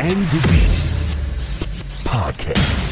and the Beast podcast.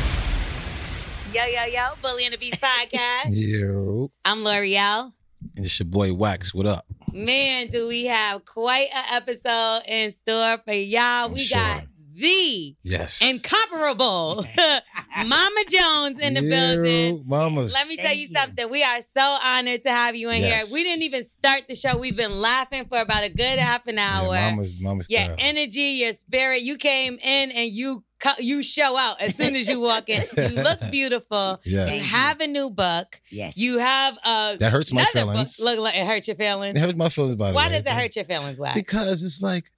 Yo, yo, yo, Bully and the Beast podcast. Yo. I'm L'Oreal. And it's your boy Wax. What up? Man, do we have quite an episode in store for y'all. I'm We sure. got the Yes. incomparable Mama Jones in the Yo, building. Mamas. Let me tell you something. We are so honored to have you in Yes. here. We didn't even start the show. We've been laughing for about a good half an Yeah, hour. Mamas, mamas. your style. energy, your spirit. You came in and you co- you show out as soon as you walk in. You look beautiful. Yes. You have a new book. Yes. You have a That hurts my another feelings. book. Look like it hurt your It feelings. hurts my feelings about it. Why right? does it hurt your feelings? Why? Because it's like,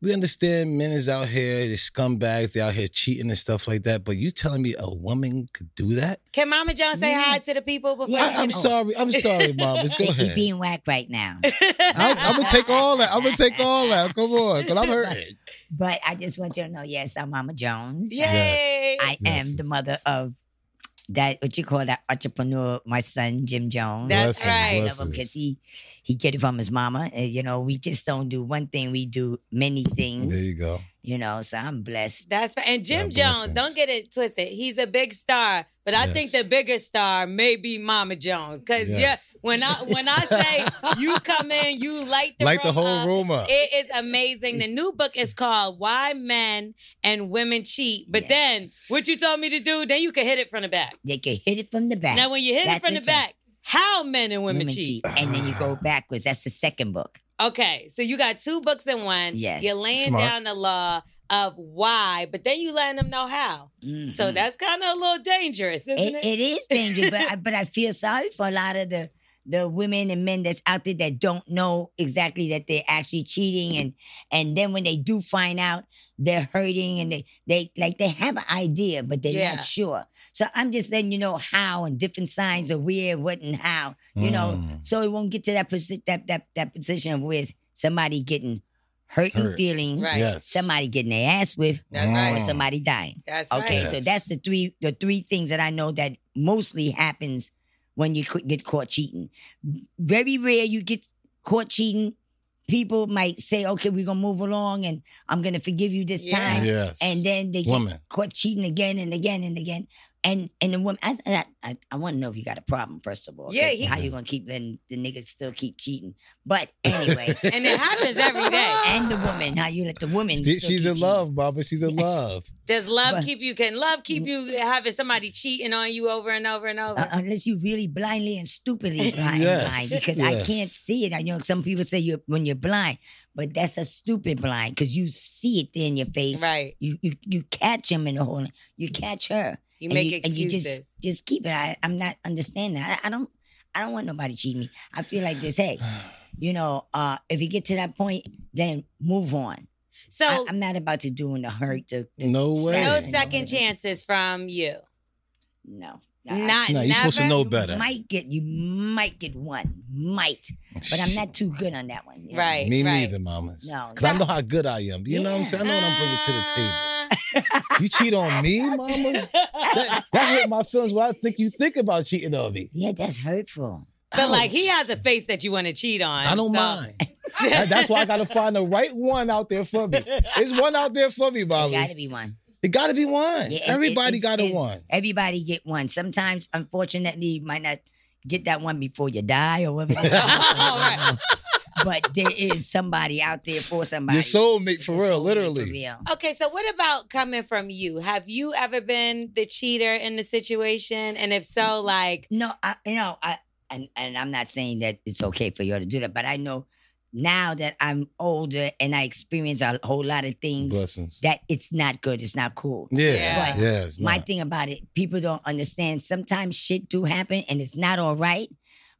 we understand men is out here, they scumbags, they out here cheating and stuff like that. But you telling me a woman could do that? Can Mama John say hi to the people before? Yeah. I, you- am Oh. sorry. I'm sorry, mamas. Go They keep ahead. being whack right now. I, I'm gonna take all that. I'm gonna take all that. Come on, because I'm hurting. But I just want you to know, yes, I'm Mama Jones. Yay! I Yes. am the mother of that what you call that entrepreneur, my son Jim Jones. That's Blessings, right. I love blessings. him because he he get it from his mama. And, you know, we just don't do one thing; we do many There things. you go. You know, so I'm blessed. That's right. and Jim Yeah, Jones. blessings. Don't get it twisted. He's a big star, but I think Yes. the bigger star may be Mama Jones. Cause Yes. yeah, when I when I say you come in, you light the Light room the whole up. room up. It is amazing. The new book is called "Why Men and Women Cheat." But Yeah. then, what you told me to do, then you can hit it from the back. They can hit it from the back. Now, when you hit That's it from the the time. back, how men and women, Women cheat. cheat, and then you go backwards. That's the second book. Okay, so you got two books in one. Yes. you're laying Smart. down the law of why, but then you letting them know how. So Mhm. that's kind of a little dangerous, isn't it, it? it is dangerous, but I, but I feel sorry for a lot of the the women and men that's out there that don't know exactly that they're actually cheating, and and then when they do find out, they're hurting, and they they like they have an idea, but they're Yeah. not sure. So I'm just letting you know how and different signs of where, what, and how. You know, Mm. so it won't get to that posi- that that that position of where somebody getting hurting Hurt. feelings, Right. Yes. somebody getting their ass whipped, That's or right. Mm. somebody dying. That's Okay, right. so Yes. that's the three the three things that I know that mostly happens when you cou- get caught cheating. Very rare you get caught cheating. People might say, "Okay, we're gonna move along, and I'm gonna forgive you this Yeah. time," Yes. and then they get Woman. caught cheating again and again and again. And and the woman, I I, I, I want to know if you got a problem first of all. 'cause Yeah, he- how you gonna keep letting the niggas still keep cheating? But anyway, And it happens every day. and the woman, how you let the woman? She- still She's keep in love, Baba. She's in love. Does love But- Mm-hmm. keep you? Can love keep you having somebody cheating on you over and over and over? Uh, unless you really blindly and stupidly blind, Yes, blind because I yes. can't see it. I know some people say you when you're blind, but that's a stupid blind because you see it there in your face. Right. You you you catch him in the hole. You catch her. You and make and you excuses. just just keep it. I, I'm not understanding. I, I don't I don't want nobody cheating me. I feel like this. Hey, you know, uh, if you get to that point, then move on. So I, am not about to doing the hurt. The, the No no way. slapping and all second that. chances from you. No. Not No, never. you're supposed to know You better. Might get you might get one. Might. But I'm not too good on that one. you know? Right. Me right. neither, mamas. No. Because I know how good I am. You know what I'm Yeah. saying? I know what I'm bringing to the table. Ah. You cheat on me, mama? That, that hurt my feelings when I think you think about cheating on me. Yeah, that's hurtful. But like he has a face that you want to cheat on. I don't so- mind. That- that's why I got to find the right one out there for me. It's one out there for me, There mamas. gotta be one. It got to be one. Yeah, it- eh, Everybody it's- got a it's- one. Everybody get one. Sometimes, unfortunately, you might not get that one before you die or whatever. All right. but there is somebody out there for somebody. Your soulmate for Your real, soulmate literally. For real. Okay, so what about coming from you? Have you ever been the cheater in the situation? And if Mm-hmm. so, like, No, I, you know, I and and I'm not saying that it's okay for y'all to do that, but I know now that I'm older and I experience a whole lot of things Blessings. that it's not good. It's not cool. Yeah. Yeah. Yeah. But it's My not. thing about it, people don't understand. Sometimes shit do happen, and it's not all right.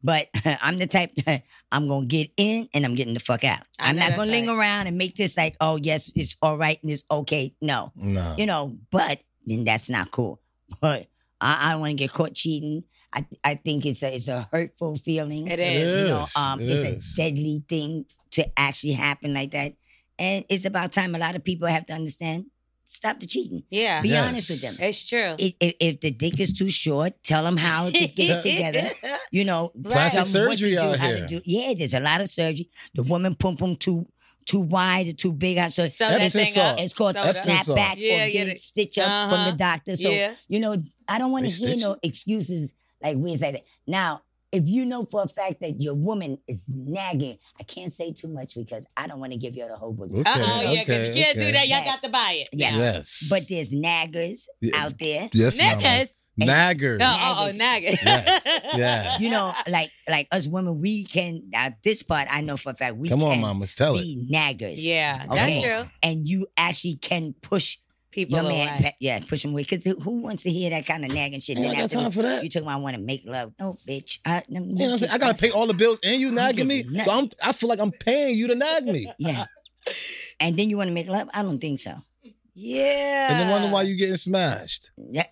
But I'm the type that I'm gonna get in and I'm getting the fuck out. I I'm know not that's gonna linger right. around and make this like, oh yes, it's all right and it's okay. No, Nah. you know, but then that's not cool. But I, I don't want to get caught cheating. I I think it's a it's a hurtful feeling. It is. You know, Yes, um, it it's is. a deadly thing to actually happen like that, and it's about time a lot of people have to understand. Stop the cheating. yeah, Be Yes. honest with them. it's true. If, if, if the dick is too short, tell them how to get it together. You know, Plastic tell 'em what to surgery do, out how to here. do- Yeah, there's a lot of surgery. The woman pum pum too too wide or too big. I said, So that Epsom thing up. salt. it's called So a Epsom that- salt. snapback Yeah, or yeah, get they- stitch up from Uh-huh. the doctor. So Yeah. you know, I don't want They to hear stitch no excuses like weird like that. Now, if you know for a fact that your woman is nagging, I can't say too much because I don't want to give you the whole book. Okay, Uh oh, yeah, because okay, you can't do okay. that. Y'all got to buy it. Yes. Yes. But there's naggers Yeah. out there. Yes, mama. Niggas. Naggers. No, oh, oh, naggers. Yes. Yeah. You know, like like us women, we can now this part I know for a fact we Come on, can mamas, tell it. be naggers. Yeah, Okay. that's true. And you actually can push People your away. man, pa- yeah, push him away. Cause who who wants to hear that kind of nagging shit? Ain't I Then got after time for that. You talking about I want to make love? No, bitch. I, no, You know what I'm saying? I gotta pay all the bills and you nagging me. So I'm I feel like I'm paying you to nag me. Yeah. And then you want to make love? I don't think so. Yeah. And then wonder why you getting smashed. Yeah.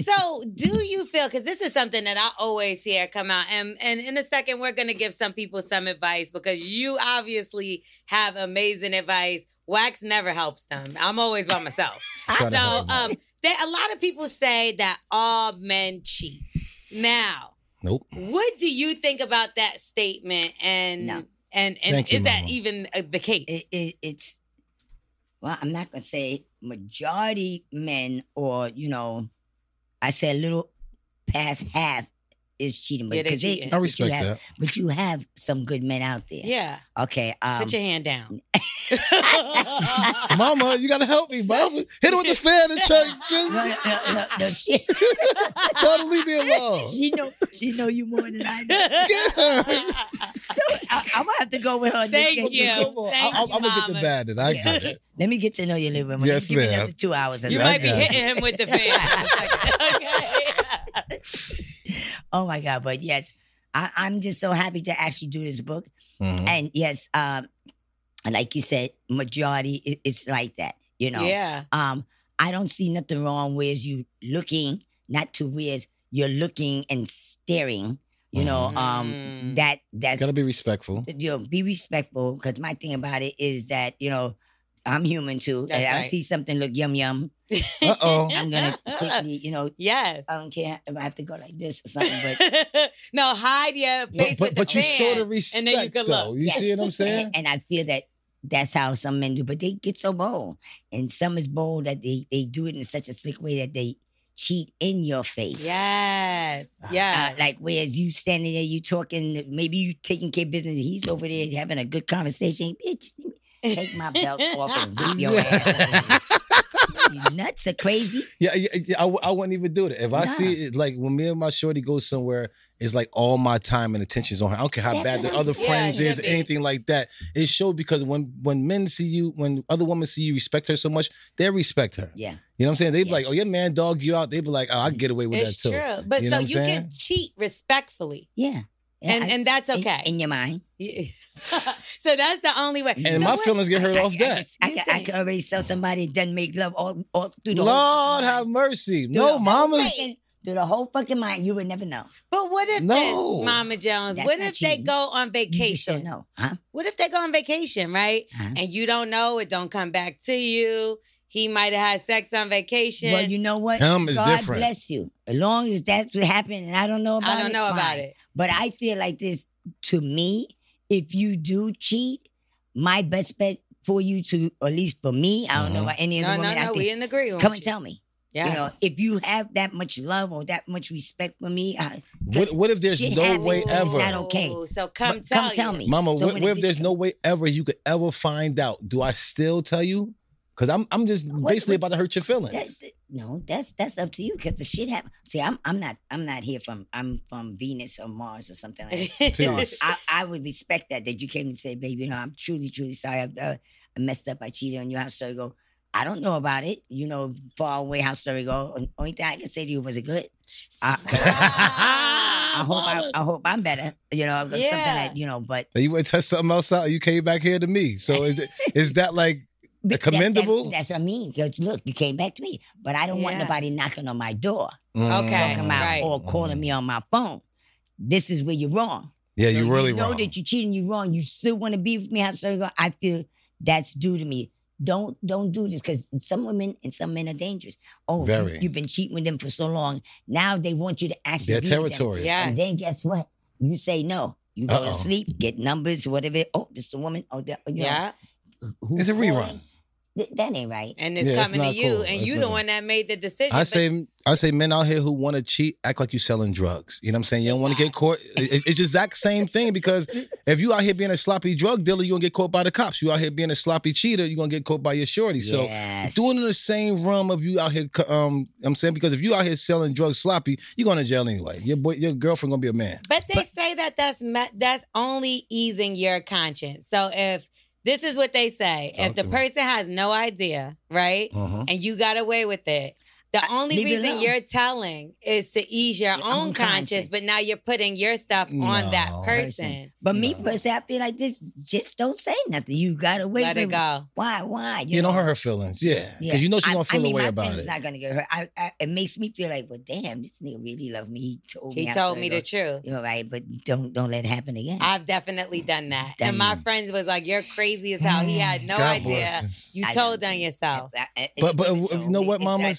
So, do you feel because this is something that I always hear come out, and and in a second we're gonna give some people some advice because you obviously have amazing advice. Wax never helps them. I'm always by myself. Try to so, help me. um, there, a lot of people say that all men cheat. Now, Nope. what do you think about that statement? And No. and and Thank is you, that Mama. even uh, the case? it, it, it's well, I'm not gonna say majority men or you know, I said a little past half is cheating, but Yeah, they 'cause they- cheating. I but you respect have- that. But you have some good men out there. yeah. Okay. Um, Put your hand down. Mama, you gotta help me, mama. Hit her with the fan and try no, to no, no, no, no, she, try to leave me alone. she know she know you more than I do. Get her. So I, I'm gonna have to go with her. on this Thank case. you. Come on. Thank I, am you, gonna get the Mama. bad and I Yeah, get okay. it. Let me get to know you a little bit more. Yes, Give me ma'am. another two hours. or You Yeah, something. might be I got it. hitting him with the fan. okay. Oh my God! But yes, I, I'm just so happy to actually do this book. Mm-hmm. Mm. And yes, um, like you said, majority i- it's like that. You know. Yeah. Um, I don't see nothing wrong with you looking, not to where you're looking and staring. You know. Um, Mm. that that's Gotta be respectful. you know, be respectful. Because my thing about it is that you know. I'm human too. That's and I right. see something look yum yum. Uh oh. I'm gonna quickly, you know, Yes. I don't care if I have to go like this or something, but no, hide your But, face but, with but the you fan. show the respect. and then you can though. look. You see what I'm saying? And, and I feel that that's how some men do, but they get so bold. And some is bold that they, they do it in such a slick way that they cheat in your face. Yes. Uh, Yeah. like whereas you standing there, you talking, maybe you taking care of business, he's over there having a good conversation. Bitch, take my belt off and whip your ass. you nuts are crazy. Yeah, yeah, yeah I, w- I wouldn't even do that. If I Nah. see it, like when me and my shorty go somewhere, it's like all my time and attention's on her. I don't care how bad That's what the I'm other saying. friends Yeah, it is, should be. anything like that. It showed because when when men see you, when other women see you respect her so much, they respect her. Yeah. You know what I'm saying? They be like, Yes. oh, your man dog you out. They be like, oh, I get away with it's that too. true. But You know so what I'm you can saying? cheat respectfully. Yeah. Yeah, And I- and that's in- okay. In, your mind. so that's the only way. And so my what- feelings get hurt I, off I, that. could- I, could- I could already tell somebody doesn't make love all, all through the whole Lord fucking have mind. mercy. Through the No, whole mama. fucking- Through the whole fucking mind, you would never know. But what if No. this, Mama Jones? That's what not if they cheating. go on You just don't vacation? know, Uh-huh. huh? What if they go on vacation, right? Huh? And you don't know, it don't come back to you. He might have had sex on vacation. Well, you know what? Him is God different. bless you. As long as that's what happened, and I don't know about it. I don't know about fine. it. But I feel like this. To me, if you do cheat, my best bet for you to, or at least for me, I don't know about any other Mm-hmm. No, no, women. I no, think, we in agreement. come and tell me. Yeah. You know, if you have that much love or that much respect for me, I, What, what if there's shit no happens way and it's ever? not okay. Ooh, Oh, So come But tell come tell you. me. Mama, So what, when what it if there's be- no way ever you could ever find out? Do I still tell you? Because I'm I'm just basically what- about to hurt your That, feelings. that- no, that's that's up to you because the shit happen. See, I'm I'm not I'm not here from I'm from Venus or Mars or something like that. So Peace. I, I would respect that that you came and say, baby, you know, I'm truly truly sorry. I, uh, I messed up. I cheated on you. How story go? I don't know about it. You know, far away. How story go? Only thing I can say to you was it good. I, Ah, I hope I, I hope I'm better. You know, something Yeah. that you know, but Now you went to test something else out. You came back here to me. So is it, is that like Be- that- that- commendable? that's what I mean. 'cause look, you came back to me, but I don't want Yeah. nobody knocking on my door, mm. Okay. talking about right. or calling me on my phone. This is where you're wrong. Yeah, So you really you know wrong. that you're cheating. You're wrong. You still want to be with me? How so you go? I feel that's due to me. Don't don't do this because some women and some men are dangerous. Oh, Very. You, have been cheating with them for so long. Now they want you to actually Their be with them. territory. Yeah. And then guess what? You say no. You go Uh-oh. to sleep, get numbers, whatever. Oh, this the woman. Oh, that, you know, Yeah. who It's a calling? rerun. Th- that ain't right. And it's Yeah, it's coming not to you, cool. and It's you not the cool. one that made the decision. I but- say I say men out here who want to cheat act like you selling drugs. You know what I'm saying? You don't want to get caught. It- it- It's the exact same thing because if you out here being a sloppy drug dealer, you're gonna get caught by the cops. You out here being a sloppy cheater, you're gonna get caught by your shorty. Yes. So do it in the same realm of you out here co- um I'm saying because if you out here selling drugs sloppy, you're going to jail anyway. Your boy your girlfriend gonna be a man. But they say that that's me- that's only easing your conscience. So if this is what they say, Talk if the to me. person has no idea, right, Uh-huh. and you got away with it, the only leave it reason alone. you're telling is to ease your, Your own own conscience, conscience. But now you're putting your stuff on that No. person. But me No. personally, I feel like this. Just don't say nothing. You gotta wait. Let it go. Why? Why? You, don't hurt her feelings. Yeah. Because Yeah. you know she's I- gonna feel I mean, a way my about feelings it. not gonna get hurt. I, I, it makes me feel like, well, damn, this nigga really loved me. He told me. He I told should me go. the truth. You're right, but don't don't let it happen again. I've definitely done that. And Damn. my friends was like, You're crazy as hell. He had no Mm. God idea. bless You I told know. on yourself. I- I- But- but, it wasn't uh, you told know me. what, It's Mama? like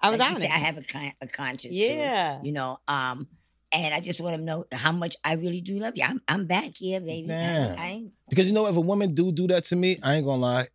I, I was like you honest. said, I have a con- a conscience. too, Yeah. you know. Um, and I just want to know how much I really do love you. I'm I'm back here, baby. I- Damn. I, ain't- Because you know, if a woman do do that to me, I ain't gonna lie.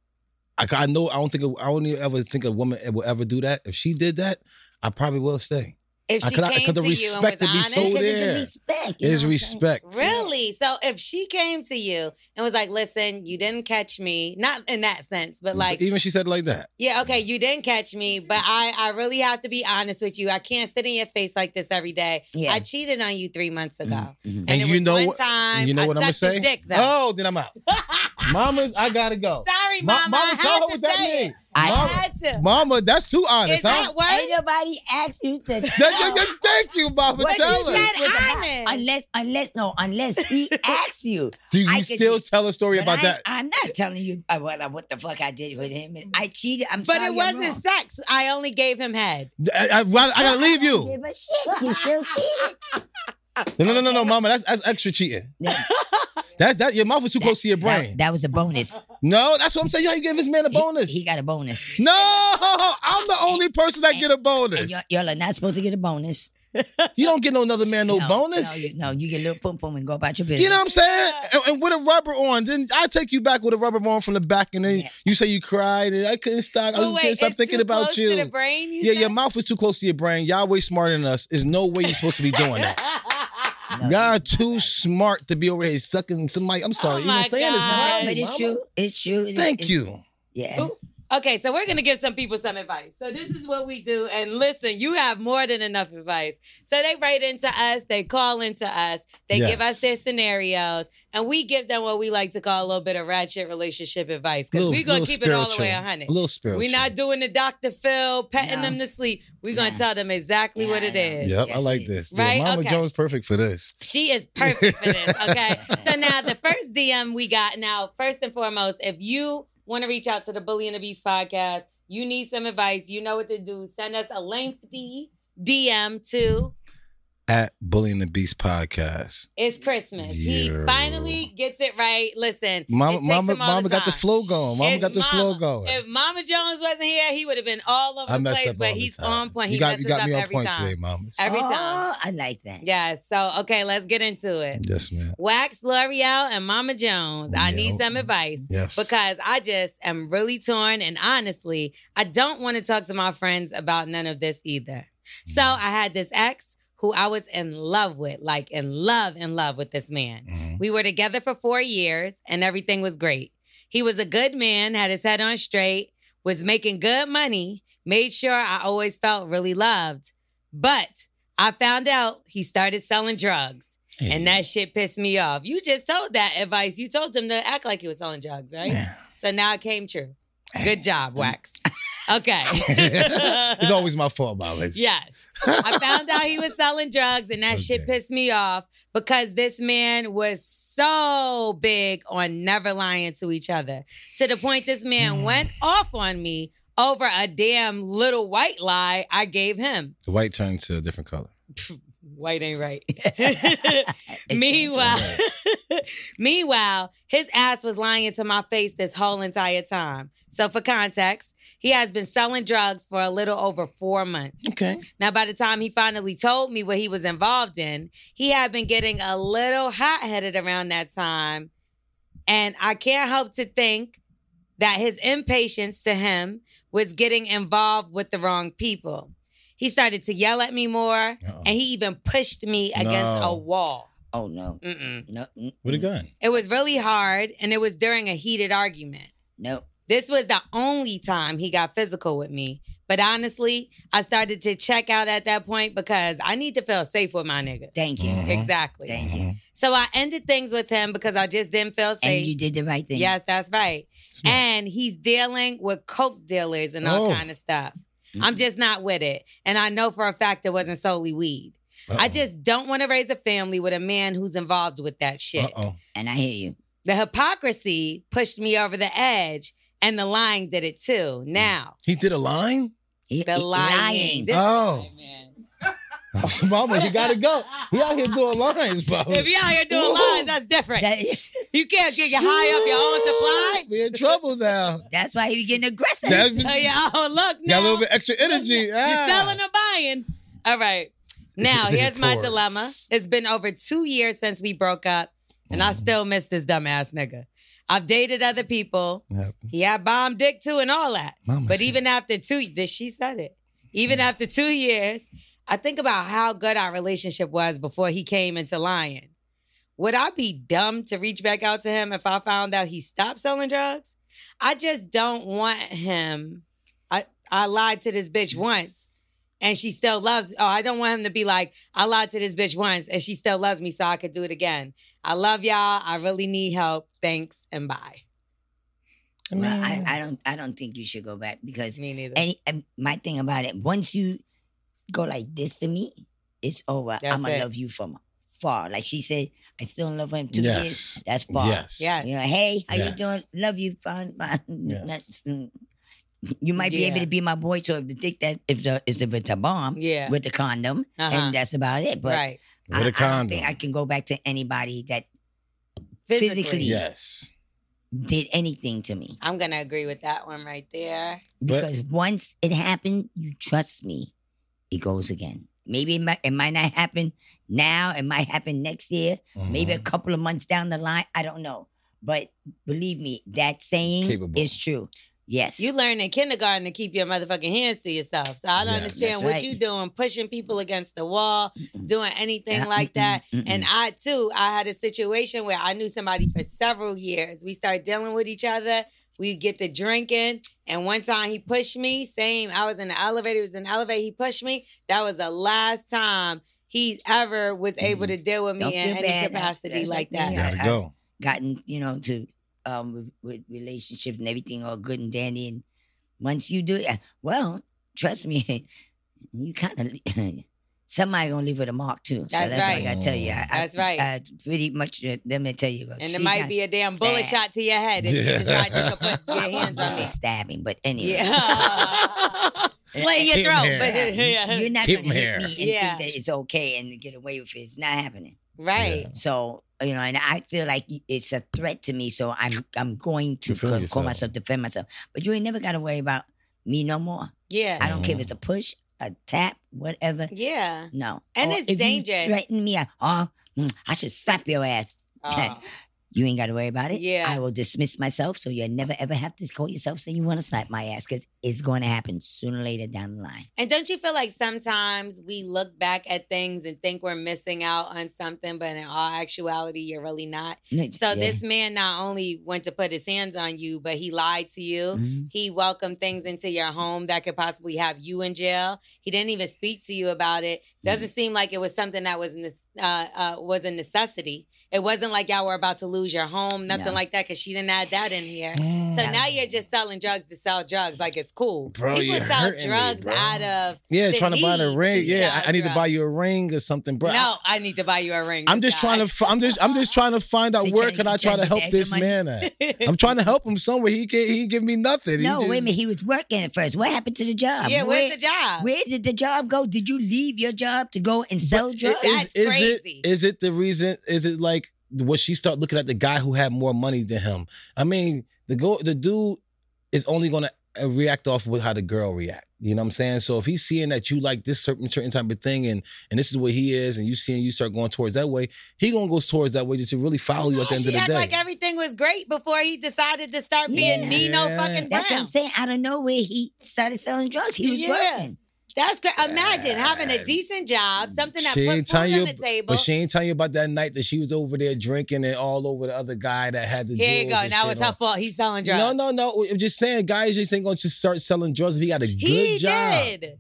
I, I know I don't think I don't even ever think a woman will ever do that. If she did that, I probably will stay. If I she could- I- came could the to you and was respect to be honest, so because there. it's a respect. you know Is what I'm saying? respect. Really? So if she came to you and was like, listen, you didn't catch me, not in that sense, but like, Mm, even she said it like that. yeah, okay, you didn't catch me, but I, I really have to be honest with you. I can't sit in your face like this every day. Yeah. I cheated on you three months ago. And, Mm-hmm. And it you was know one what- time. you know I what I'm gonna sucked say? his Dick, though. oh, then I'm out. Mamas, I gotta go. Sorry, Ma- mama. Mama, I tell had her to what that say it. mean. I Mama. had to. Mama, that's too honest, Is that huh? worse? Ain't nobody asked you to. That- that- that- thank you, Mama. What tell you her. said Look, honest. Unless, unless, no, unless he asks you. Do I you can still see- tell a story But about I, that? I'm not telling you uh, what, uh, what the fuck I did with him. I cheated. I'm But sorry. it I'm wasn't wrong. sex. I only gave him head. I, I- I gotta leave you. Give a shit. You still cheated. No, no, no, no, no, Mama. That's that's extra cheating. Yeah. That's that. Your mouth was too close to your brain. That, that was a bonus. no, that's what I'm saying. How you gave this man a He- bonus? He, got a bonus. No, I'm the only person that get a And y'all, bonus. y'all are not supposed to get a bonus. You don't get no another man no, No bonus. you, no, you get a little pum pum and go about your business. You know what I'm saying? And, and with a rubber on, then I take you back with a rubber on from the back, and then Yeah. you say you cried, and I couldn't stop. I Oh, was wait, can't stop it's thinking too about close you. To the brain, you yeah, said? your mouth is too close to your brain. Y'all way smarter than us. There's no way you're supposed to be doing that. No, Y'all you- too smart to be over here sucking somebody. I'm sorry, Oh even my saying God. this. But it's true. It's true. It's- Thank it's- you. Yeah. Ooh. Okay, so we're gonna give some people some advice. So this is what we do. And listen, you have more than enough advice. So they write into us, they call into us, they Yes. give us their scenarios, and we give them what we like to call a little bit of ratchet relationship advice. Because Little- we're gonna little keep it all the way spiritual. 100. A little spiritual. We're not doing the Dr. Phil petting No. them to sleep. We're gonna No. tell them exactly Yeah, what I it know. is. Yep, I Yes, like it- this. Right? Yeah, Mama Okay. Jones perfect for this. She is perfect for this. Okay. so now the first DM we got now, first and foremost, if you want to reach out to the Bully and the Beast podcast, you need some advice, you know what to do. Send us a lengthy DM to at Bullying the Beast Podcast. It's Christmas. He Yeah. finally gets it right. Listen, it Mama, takes mama, him all mama got the time. flow going. Mama It's got the flow going. If Mama Jones wasn't here, he would have been all over I the mess place. up But all the he's time. on point. You He got, messes you got up me on every point time. today, mama. Every oh, time. I like that. Yes. So okay, let's get into it. Yes, man. Wax, L'Oreal, and Mama Jones. I Yeah, need okay. some advice Yes. because I just am really torn. And honestly, I don't want to talk to my friends about none of this either. So I had this ex who I was in love with, like in love, in love with this man. Mhm. We were together for four years and everything was great. He was a good man, had his head on straight, was making good money, made sure I always felt really loved. But I found out he started selling drugs. And that shit pissed me off. You just told that advice. You told him to act like he was selling drugs, right? Yeah. So now it came true. Good job, Wax. Okay. it's always my fault, Mama. Yes. I found out he was selling drugs and that shit Okay. pissed me off because this man was so big on never lying to each other to the point this man went off on me over a damn little white lie I gave him. The white turned to a different color. White ain't right. meanwhile, meanwhile, his ass was lying to my face this whole entire time. So for context, he has been selling drugs for a little over four months. Okay. Now, by the time he finally told me what he was involved in, he had been getting a little hot headed around that time. And I can't help to think that his impatience to him was getting involved with the wrong people. He started to yell at me more, and he even pushed me against a No. wall. Oh no, Mm-mm. no, mm, With a gun. It was really hard, and it was during a heated argument. no. This was the only time he got physical with me. But honestly, I started to check out at that point because I need to feel safe with my nigga. Thank you. Mhm. Exactly. Thank Mm-hmm. you. So I ended things with him because I just didn't feel And safe. you did the right thing. Yes, that's right. Smart. And he's dealing with coke dealers and all Oh. kind of stuff. I'm just not with it. And I know for a fact it wasn't solely weed. I Uh-oh. just don't want to raise a family with a man who's involved with that shit. Uh-oh. And I hear you. The hypocrisy pushed me over the edge, and the lying did it too. Now, He did a line? He- the he- lying. This- Mm. Oh. Man. mama, he gotta go. He out here doing lines, mama. If you out here doing Ooh. lies, that's different. That- you can't get your high up your own supply. We in trouble now. that's why he be getting aggressive. That's- Oh, yeah. Oh, look now. Got a little bit extra energy. Ah. You're selling or buying. All right. Now, It's in here's the my chorus. dilemma. It's been over two years since we broke up, and Mm-hmm. I still miss this dumbass nigga. I've dated other people. Yep. He had bomb dick too and all that. Mama But said- even after two, did she said it? Even after two years, I think about how good our relationship was before he came into lying. Would I be dumb to reach back out to him if I found out he stopped selling drugs? I just don't want him. I I lied to this bitch once, and she still loves. Oh, I don't want him to be like I lied to this bitch once, and she still loves me, so I could do it again. I love y'all. I really need help. Thanks and bye. Well, I, I don't. I don't think you should go back because Me neither. any, and my thing about it. Once you go like this to me, it's over. That's I'm gonna it. love you from far. Like she said, I still love him two Yes. years. That's far. Yes. Yeah. You know, hey, how you Yes. doing? Love you, fine. fine. Yes. That's- mm. You might be able Yeah. to be my boy. So if the dick that if the is if it's a bomb, Yeah. with the condom, Uh-huh. and that's about it. But right. With a I, I condom. don't think I can go back to anybody that physically. yes. did anything to me I'm gonna agree with that one right there. But- because once it happened, you trust me, it goes again. Maybe it might, it might not happen now. It might happen next year. Mm-hmm. Maybe a couple of months down the line. I don't know. But believe me, that saying Capable. is true. Yes. You learn in kindergarten to keep your motherfucking hands to yourself. So I don't Yes. understand That's what right. you doing, pushing people against the wall, doing anything Uh, like that. mm-mm, mm-mm. And I too, I had a situation where I knew somebody for several years. We started dealing with each other. We get to drinking. And one time he pushed me, same. I was in the elevator, he was in the elevator, he pushed me. That was the last time he ever was able to deal with me Don't in feel any bad. That's- capacity that's like like that. me. Gotta I- I- go. gotten, you know, to um with, with relationships and everything all good and dandy. And once you do it, well, trust me, you kind of somebody gonna leave with a mark too. That's so that's right. What I gotta tell you. I, I- That's right. I pretty much uh, let me tell you. And there might be a damn bullet sad. shot to your head if you Yeah. decide you can put your hands on a me. stabbing, but anyway. Yeah. slaying your Hit 'em throat. here. But yeah. You're not Hit going me to hit here. me and Yeah. think that it's okay and get away with it. It's not happening. right. So you know, and I feel like it's a threat to me. So I'm I'm going to Defend call, call yourself. myself, defend myself. But you ain't never got to worry about me no more. Yeah. I don't Mm-hmm. care if it's a push, a tap, whatever. yeah. No. And Or it's if dangerous. You threaten me. I, oh, mm, I should slap your ass. Oh. You ain't got to worry about it. Yeah. I will dismiss myself, so you'll never ever have to call yourself saying you want to slap my ass because it's going to happen sooner or later down the line. And don't you feel like sometimes we look back at things and think we're missing out on something, but in all actuality, you're really not? So Yeah. this man not only went to put his hands on you, but he lied to you. Mm-hmm. Mhm. He welcomed things into your home that could possibly have you in jail. He didn't even speak to you about it. Doesn't Mm-hmm. seem like it was something that was ne- uh, uh, was a necessity. It wasn't like y'all were about to lose your home, nothing No. like that, because she didn't add that in here. So now you're just selling drugs to sell drugs, like it's cool. Mm-hmm. Bro, People you're sell hurting me, drugs bro. out of Yeah, the trying to buy the need ring. to Yeah, sell I, I need to drugs. buy you a ring or something, bro. no. I need to buy you a ring. I, am just trying to. f- I'm just. I'm just trying to find out So you where tryna- can you I try tryna to get the help extra this money? man at. I'm trying to help him somewhere. He can. He ain't give me nothing. He No, just- wait a minute. He was working at first. What happened to the job? yeah, Where- where's the job? Where did the job go? Did you leave your job to go and sell drugs? Is- That's is crazy. It, is it the reason? Is it like was she start looking at the guy who had more money than him? I mean, the go the dude is only gonna uh, react off with how the girl react. You know what I'm saying? So if he's seeing that you like this certain certain type of thing, and and this is what he is, and you seeing you start going towards that way, he gonna go towards that way just to really follow you at the end she of the act day. like everything was great before he decided to start being Yeah. Nino Yeah. fucking Brown. That's what I'm saying. I don't know where he started selling drugs. He was Yeah. working. That's great. Imagine having a decent job, something that Mm. She ain't put food on telling you, the table. but she ain't telling you about that night that she was over there drinking and all over the other guy that had the. Here you jewels go. and Now shit it's on. her fault. He's selling drugs. No, no, no. I'm just saying, guys just ain't gonna just start selling drugs if he got a He good job. did.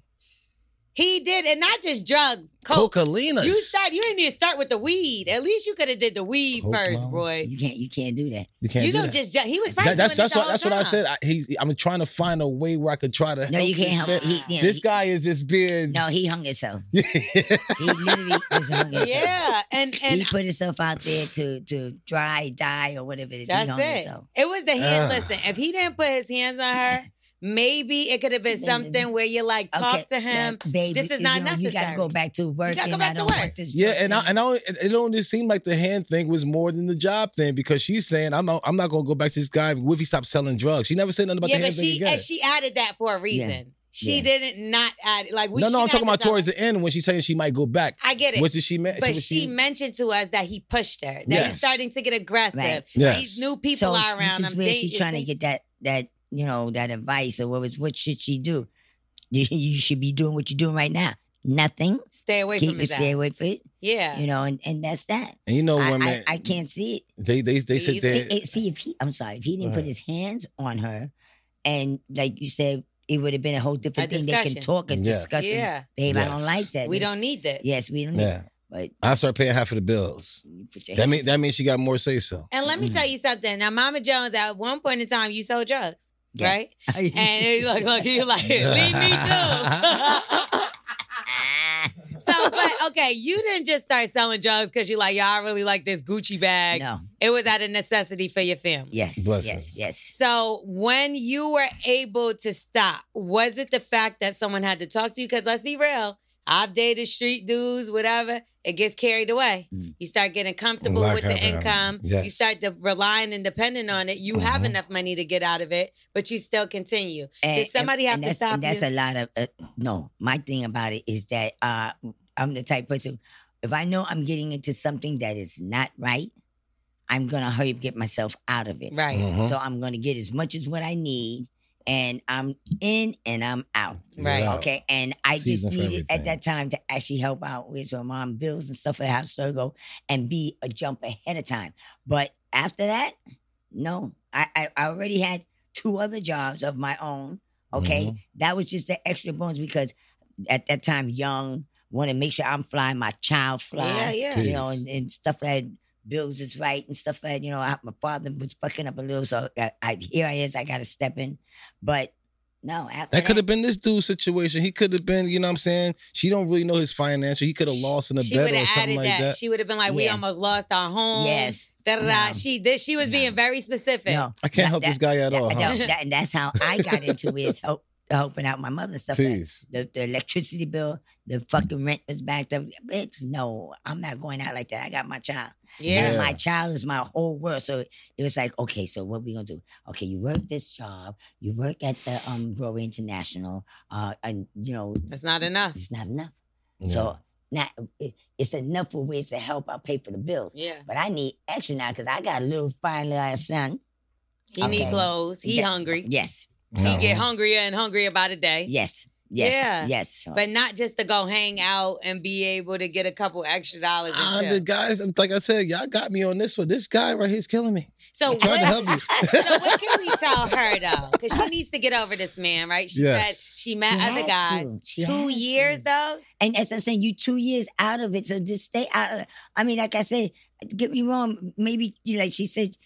He did, and not just drugs. Coke. Cocalinas. You start. You didn't even start with the weed. At least you could have did the weed Coke first, mom. Roy. You can't. You can't do that. You can't you do don't that. just. ju- He was probably That- that's doing this that's the what whole that's what I time. said. I, he's, I'm trying to find a way where I could try to. No, help you can't this help. man. He, you know, This he- guy is just being. No, he hung himself. He literally just hung himself. Yeah, and and he put himself out there to to dry, die, or whatever it is. he That's hung it. himself. It was the hand. Ugh. Listen, if he didn't put his hands on her, maybe it could have been Then- something where you like talk to him. look, baby. This is you not know, You gotta necessary. go back to work. gotta go and back I to don't want work. this Yeah, drug and I, thing. and I don't, it don't just seem like the hand thing was more than the job thing because she's saying I'm not, I'm not gonna go back to this guy if he stops selling drugs. She never said nothing about yeah, the but hand thing she again. and she added that for a reason. She Yeah. didn't not add like we. no, she no, I'm talking had about to talk- towards the end when she's saying she might go back. I get it. What did she mean? but she, mentioned to us that he pushed her. That he's Yes. starting to get aggressive. Right. Yes. These new people so are around. This is I'm where dating- she's trying to get that that you know that advice or what was what should she do? You, you should be doing what you're doing right now. Nothing. stay away Keep from it. his Stay ass. away from it. Yeah. You know, and, and that's that. and you know, I, women, I, I can't see it. they they they sit Yeah. there. See, it- see if he. I'm sorry. If he didn't put Right. his hands on her, and like you said, it would have been a whole different A thing. They discussion. can talk and Yeah. discuss. it. Yeah. babe, I don't Yes. like that. we This- don't need this. Yes, we don't. Yeah, Need, I start paying half of the bills. but you put your That hands- means that means she got more say so. And let me Mm-hmm. tell you something. Now, Mama Jones, at one point in time, you sold drugs, Yeah. right? And it- look, look, you like, leave me too. so, but okay, you didn't just start selling drugs because you like, y'all really like this Gucci bag. no. It was out of necessity for your family. Yes. Bless yes. her. Yes. So when you were able to stop, was it the fact that someone had to talk to you? Because let's be real, I've dated street dudes, whatever. It gets carried away. Mm. You start getting comfortable Lack with the of, um, income. yes. You start to relying and depending on it. You have Mhm. enough money to get out of it, but you still continue. And, Did somebody have and to that's, stop and that's you? a lot of uh, no. My thing about it is that uh, I'm the type of person. If I know I'm getting into something that is not right, I'm gonna hurry up get myself out of it. Right. Mhm. So I'm gonna get as much as what I need, and I'm in and I'm out. Right. Yeah. Okay, and I just Season for needed at everything. that time to actually help out with my mom bills and stuff for the house to go and be a jump ahead of time. But after that, no, I I, I already had two other jobs of my own. Okay, Mm-hmm. that was just the extra bonus because at that time young, want to make sure I'm flying, my child fly, Yeah, yeah. you know, Jeez. and, and stuff like bills is right and stuff like you know. I, my father was fucking up a little, so I, I here I is, I got to step in, but. No, after That could have been this dude's situation. He could have been, you know what I'm saying? She don't really know his financial. He could have lost in a She bet would or have something added like that. that. She would have been like, "We Yeah. almost lost our home." Yes. Da, da, da. No. She this. She was No. being very specific. No, I can't that- help this that- guy at that- all. no, huh? that- and that's how I got into it. Is help helping out my mother and stuff. like- Please. The, the electricity bill, the fucking rent was backed up. Bitch, no, I'm not going out like that. I got my child. Yeah. And my child is my whole world. So it was like, okay, so what we gonna do? Okay, you work this job, you work at the um Broadway International, uh, and you know, That's not enough. it's not enough. So not it, it's enough for ways to help I pay for the bills. Yeah. But I need extra now because I got a little fine little ass son. He Okay. need clothes. He Yeah. hungry. Yes, He get hungrier and hungrier by the day. yes, yes, Yeah. yes. But not just to go hang out and be able to get a couple extra dollars. Ah, And the chill. guys, I'm- like I said, y'all got me on this one. This guy right here is killing me. So I'm trying to what? help you. so what can we tell her though? Because she needs to get over this man, right? She Yes. said she met She other has guys. to. She Two has years to. though. And as I'm saying, you two years out of it, so just stay out of it. I mean, like I said, get me wrong, maybe you like she said,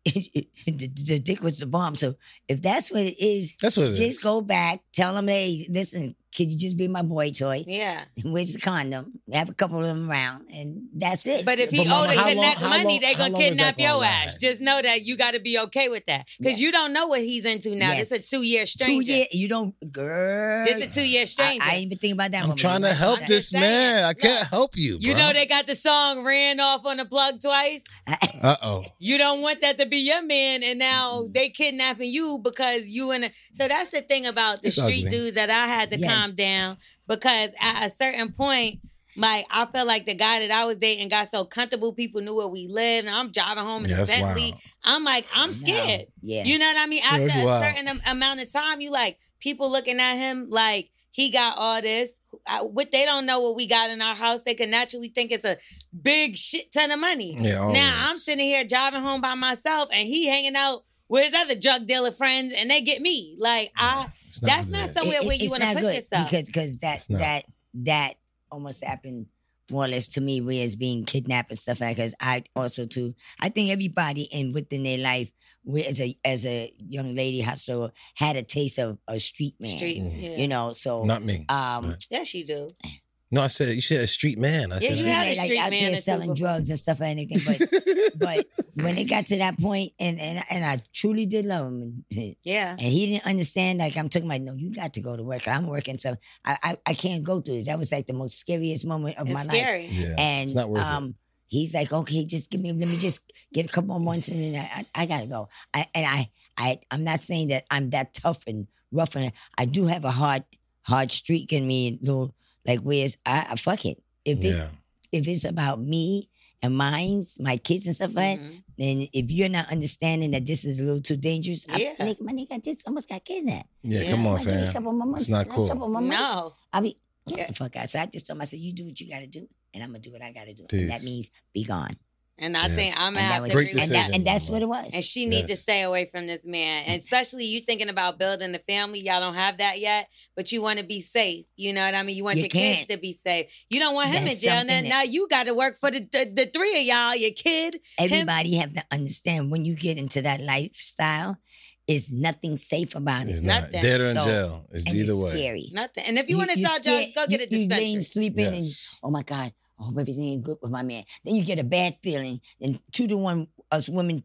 the, the dick was the bomb. So if that's what it is, That's what it is. just go back, tell them, hey, listen, could you just be my boy toy? Yeah. Where's the condom? Have a couple of them around, and that's it. But if he But owe mama, the how long- connect how money, long- they how gonna long is that kidnap gonna your last? ass. Just know that you got to be okay with that because you don't know what he's into now. This Yes. It's a two year two stranger. year, you don't, girl. This a two year stranger. I, I ain't even think about that. I'm woman. trying to Right. help That- this saying. man. I can't Look, help you. you bro. know they got the song "Ran Off on the Plug" twice. Uh oh. You don't want that to be your man, and now they kidnapping you because you in a. So that's the thing about the It's street ugly. dudes that I had to Yes. calm down because at a certain point, like I felt like the guy that I was dating got so comfortable, people knew where we lived, and I'm driving home in Yeah, a that's Bentley. wild. I'm like, I'm No. scared. Yeah. You know what I mean? Yeah, After it's a wild. certain am- amount of time, you like people looking at him like he got all this. I, what they don't know what we got in our house, they can naturally think it's a big shit ton of money. Yeah. always. Now I'm sitting here driving home by myself, and he hanging out with his other drug dealer friends, and they get me. Like I, It's that's good. not so- where- where you it's wanna not put good yourself. Because because that It's not. that that almost happened more or less to me where it's being kidnapped and stuff like because I also too I think everybody in within their life where as a as a young lady hustler had a taste of a street man. Mm-hmm. street. Mm. Yeah. You know, so Not me. um yes, you do. No, I said you said a street man. I Yeah, said you street had a man, like street out man there or two selling before. drugs and stuff and everything. But but when it got to that point and and, and I truly did love him and Yeah. And he didn't understand. Like I'm talking about, no, you got to go to work. I'm working, so I I, I can't go through this. That was like the most scariest moment of It's my life. scary. yeah. And it's not worth it. um, he's like, okay, just give me, let me just get a couple more months, and then I I, I gotta go. I and I I I'm not saying that I'm that tough and rough, and I do have a hard hard streak in me. Little like where's I, I fuck it. If it yeah. if it's about me and mine's my kids and stuff like that, Mhm. and if you're not understanding that this is a little too dangerous, Yeah. I, like, my nigga, I just almost got kidnapped. yeah. Yeah. Come on, Like, give me A fam. couple more months. not like, a cool. couple more months. No. I mean, get Yeah. the fuck out. So I just told myself, you do what you got to do, and I'm gonna do what I got to do. Peace. And that means be gone. And I Yes. think I'm And gonna that have was to Great agree with and, that, decision, and that's mama. what it was. And she need to Yes. stay away from this man. And especially you thinking about building a family. Y'all don't have that yet, but you want to be safe. You know what I mean? You want You your can't. kids to be safe. You don't want him That's in jail. something Now, that- now you got to work for the, the the three of y'all, your kid. Everybody have to understand when you get into that lifestyle, is nothing safe about it. It's not nothing. dead or in So- jail. It's and either it's way. scary. Nothing. And if you, want to sell you're drugs, go scared. get a You- You laying dispensary. sleeping and Yes. oh my God, I hope everything ain't good with my man. Then you get a bad feeling, and two to one, us women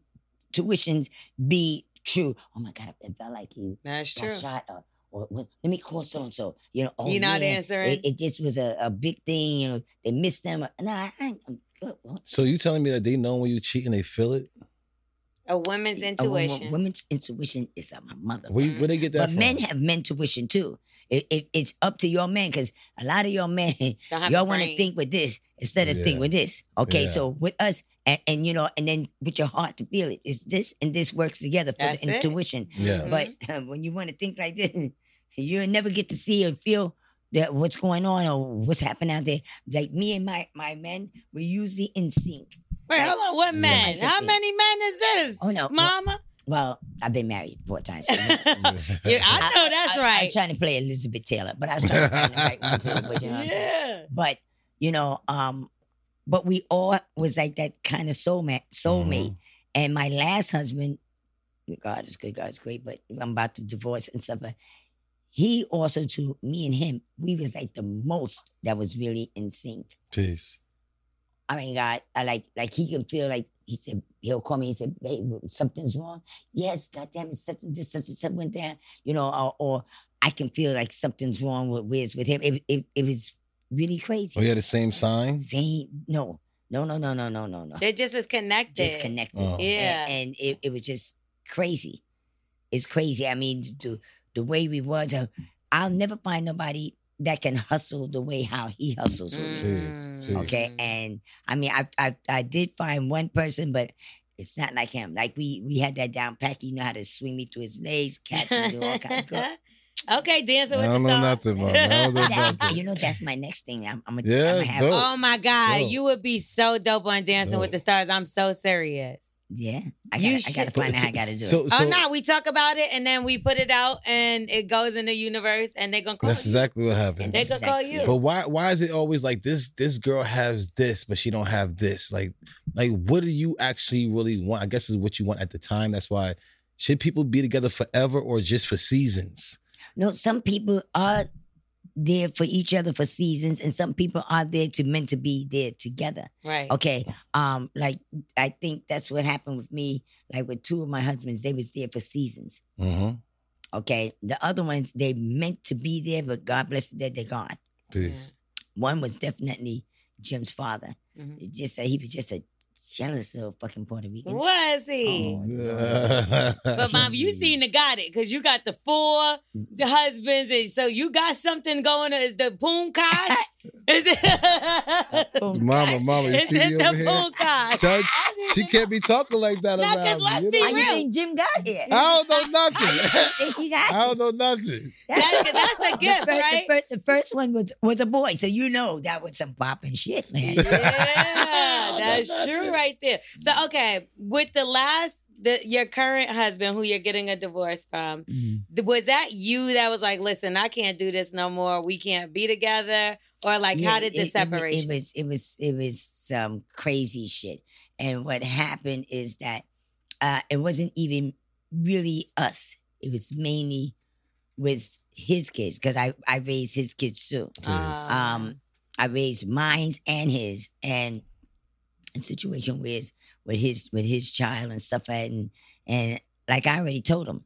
tuitions be true. Oh my God, it felt like he That's got true. shot. Or, or, well, let me call so and so. You know, oh, You're not man, answering. It, it just was a, a big thing. You know, they missed them. No, I ain't. I'm good. Well, So you telling me that they know when you cheat and they feel it? A woman's a woman- intuition. women's intuition is a mother. Where, you- where they get that But from? men have men tuition too. It, it, it's up to your man because a lot of your men Don't have a y'all want to brain. think with this instead of Yeah. think with this. Okay, Yeah. so with us, and, and you know, and then with your heart to feel it, it's this and this works together for That's the it. Mm-hmm. intuition. Yeah. But um, when you want to think like this, you'll never get to see and feel that what's going on or what's happening out there. Like me and my my men, we usually in sync. Wait, hold on. What Somebody man? just How did. many men is this? Oh no, well, Mama? well, I've been married four times. yeah, I know that's I- I'm right. trying to play Elizabeth Taylor, but I was trying to find the right one too. But you know what I'm saying? yeah. But you know, um, but we all was like that kind of soulmate, soulmate. And my last husband, God is good, God is great, but I'm about to divorce and stuff. But he also to me and him, we was like the most that was really in sync. Peace. I mean, God, I like, like he can feel like he said he'll call me. He said, "Babe, something's wrong." Yes, goddamn, it, such and this, such and such went down. You know, or, or I can feel like something's wrong with Wiz with him. It, it, it was really crazy. Oh, he had the same sign. Same, no, no, no, no, no, no, no, no. It just was connected. Just connected. Oh. Yeah. And, and it, it was just crazy. It's crazy. I mean, the, the way we was, uh, I'll never find nobody that can hustle the way how he hustles. with me. Mm. Jeez, Mm-hmm. jeez. Okay. And I mean, I, I I did find one person, but it's not like him. Like we we had that down pack. You know how to swing me through his legs, catch me, do all kind of good. okay, dancing I with the don't know stars. nothing, man. I don't know That- nothing. you know, that's my next thing. I'm, I'm gonna Yeah, I'm gonna have. dope. Oh my God, Dope. you would be so dope on Dancing with the Stars. I'm so serious. Yeah, I gotta, You I gotta should- find out how I gotta do So, it. so oh no, we talk about it and then we put it out and it goes in the universe and they're gonna call that's you. exactly what happened. And They this could is call that- you. But why why is it always like this this girl has this but she don't have this? Like like what do you actually really want? I guess is what you want at the time. That's why should people be together forever or just for seasons? No, some people are there for each other for seasons, and some people are there to meant to be there together. Right. Okay, um, like I think that's what happened with me. Like with two of my husbands, they was there for seasons. Mm-hmm. Okay, the other ones they meant to be there, but God bless it that they're gone. Peace. One was definitely Jim's father. Mhm. It just that he was just a jealous little fucking Puerto Rican. Was he? Oh, But mom, you seen the got it because you got the four the husbands, and so you got something going. on. Is the punkash? Is it? Mama, mama, you Is see me it over the here? punkash? Tell- she can't be talking like that No, 'cause around me. let's you be know? How you think Jim got here? I don't know nothing. think he I don't got know nothing. That's, that's a gift, the first, right? The first, the first one was was a boy, so you know that was some popping shit, man. Yeah, that's true right there. So okay, with the last the your current husband who you're getting a divorce from, Mm. th- was that you that was like, listen, I can't do this no more. We can't be together, or like, Yeah, how did the it- it wa- separation? It, was it was it was some crazy shit. And what happened is that uh, it wasn't even really us. It was mainly with his kids because I I raised his kids too. Ah, Uh-huh. Um, I raised mine and his, and a situation with with his with his child and stuff. like that. And and like I already told him,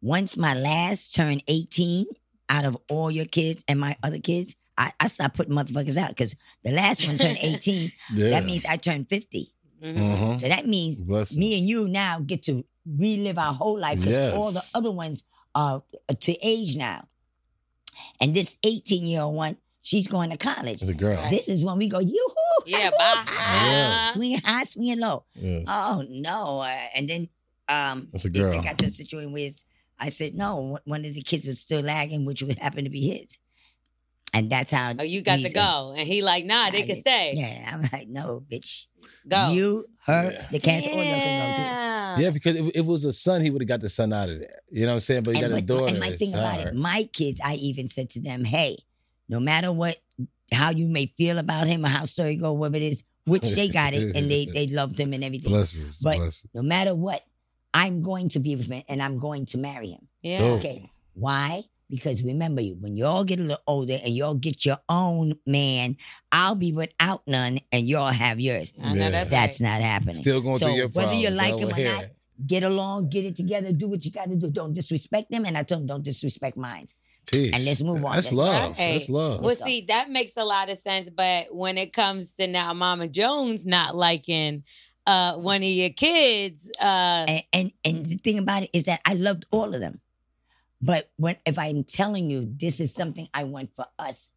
once my last turned eighteen, out of all your kids and my other kids, I, I stopped putting motherfuckers out because the last one turned eighteen. Yeah. That means I turned fifty. Mhm. hmm So that means Bless me and you now get to relive our whole life because Yes. all the other ones are uh, to age now. And this 18 year old one, she's going to college. It's a girl. This is when we go, you hoo! Yeah, bye. Yeah. Swing high, swing low. Yes. Oh no! Uh, and then um, That's a it- girl. It got to a situation where it's- I said no. One of the kids was still lagging, which would happen to be his, and that's how. Oh, you got to these- go, and he like, nah, they I can did- stay. Yeah, I'm like, no, bitch. Go. You, her, Yeah. the cats, all y'all can go too. Yeah, because if if it was a son, he would have got the son out of there. You know what I'm saying? But he got a what- daughter. and my it's thing about hard. it, my kids, I even said to them, hey, no matter what, how you may feel about him or how story go, whatever it is, which they got it and they they loved him and everything. Blessings, But- blessings. No matter what, I'm going to be with him and I'm going to marry him. Yeah. Dope. Okay. Why? Because remember, you when y'all get a little older and y'all get your own man, I'll be without none and y'all have yours. I know Yeah. that's, That's right. not happening. Still going so through your whether problems. you like over him or here. not, get along, get it together, do what you got to do. Don't disrespect them. And I told them, don't disrespect mine. Peace. and let's move on. That's That's love. right. That's love. Well, see, that makes a lot of sense. But when it comes to now, Mama Jones not liking uh one of your kids, uh And, and and the thing about it is that I loved all of them. But when if I'm telling you this is something I want for us,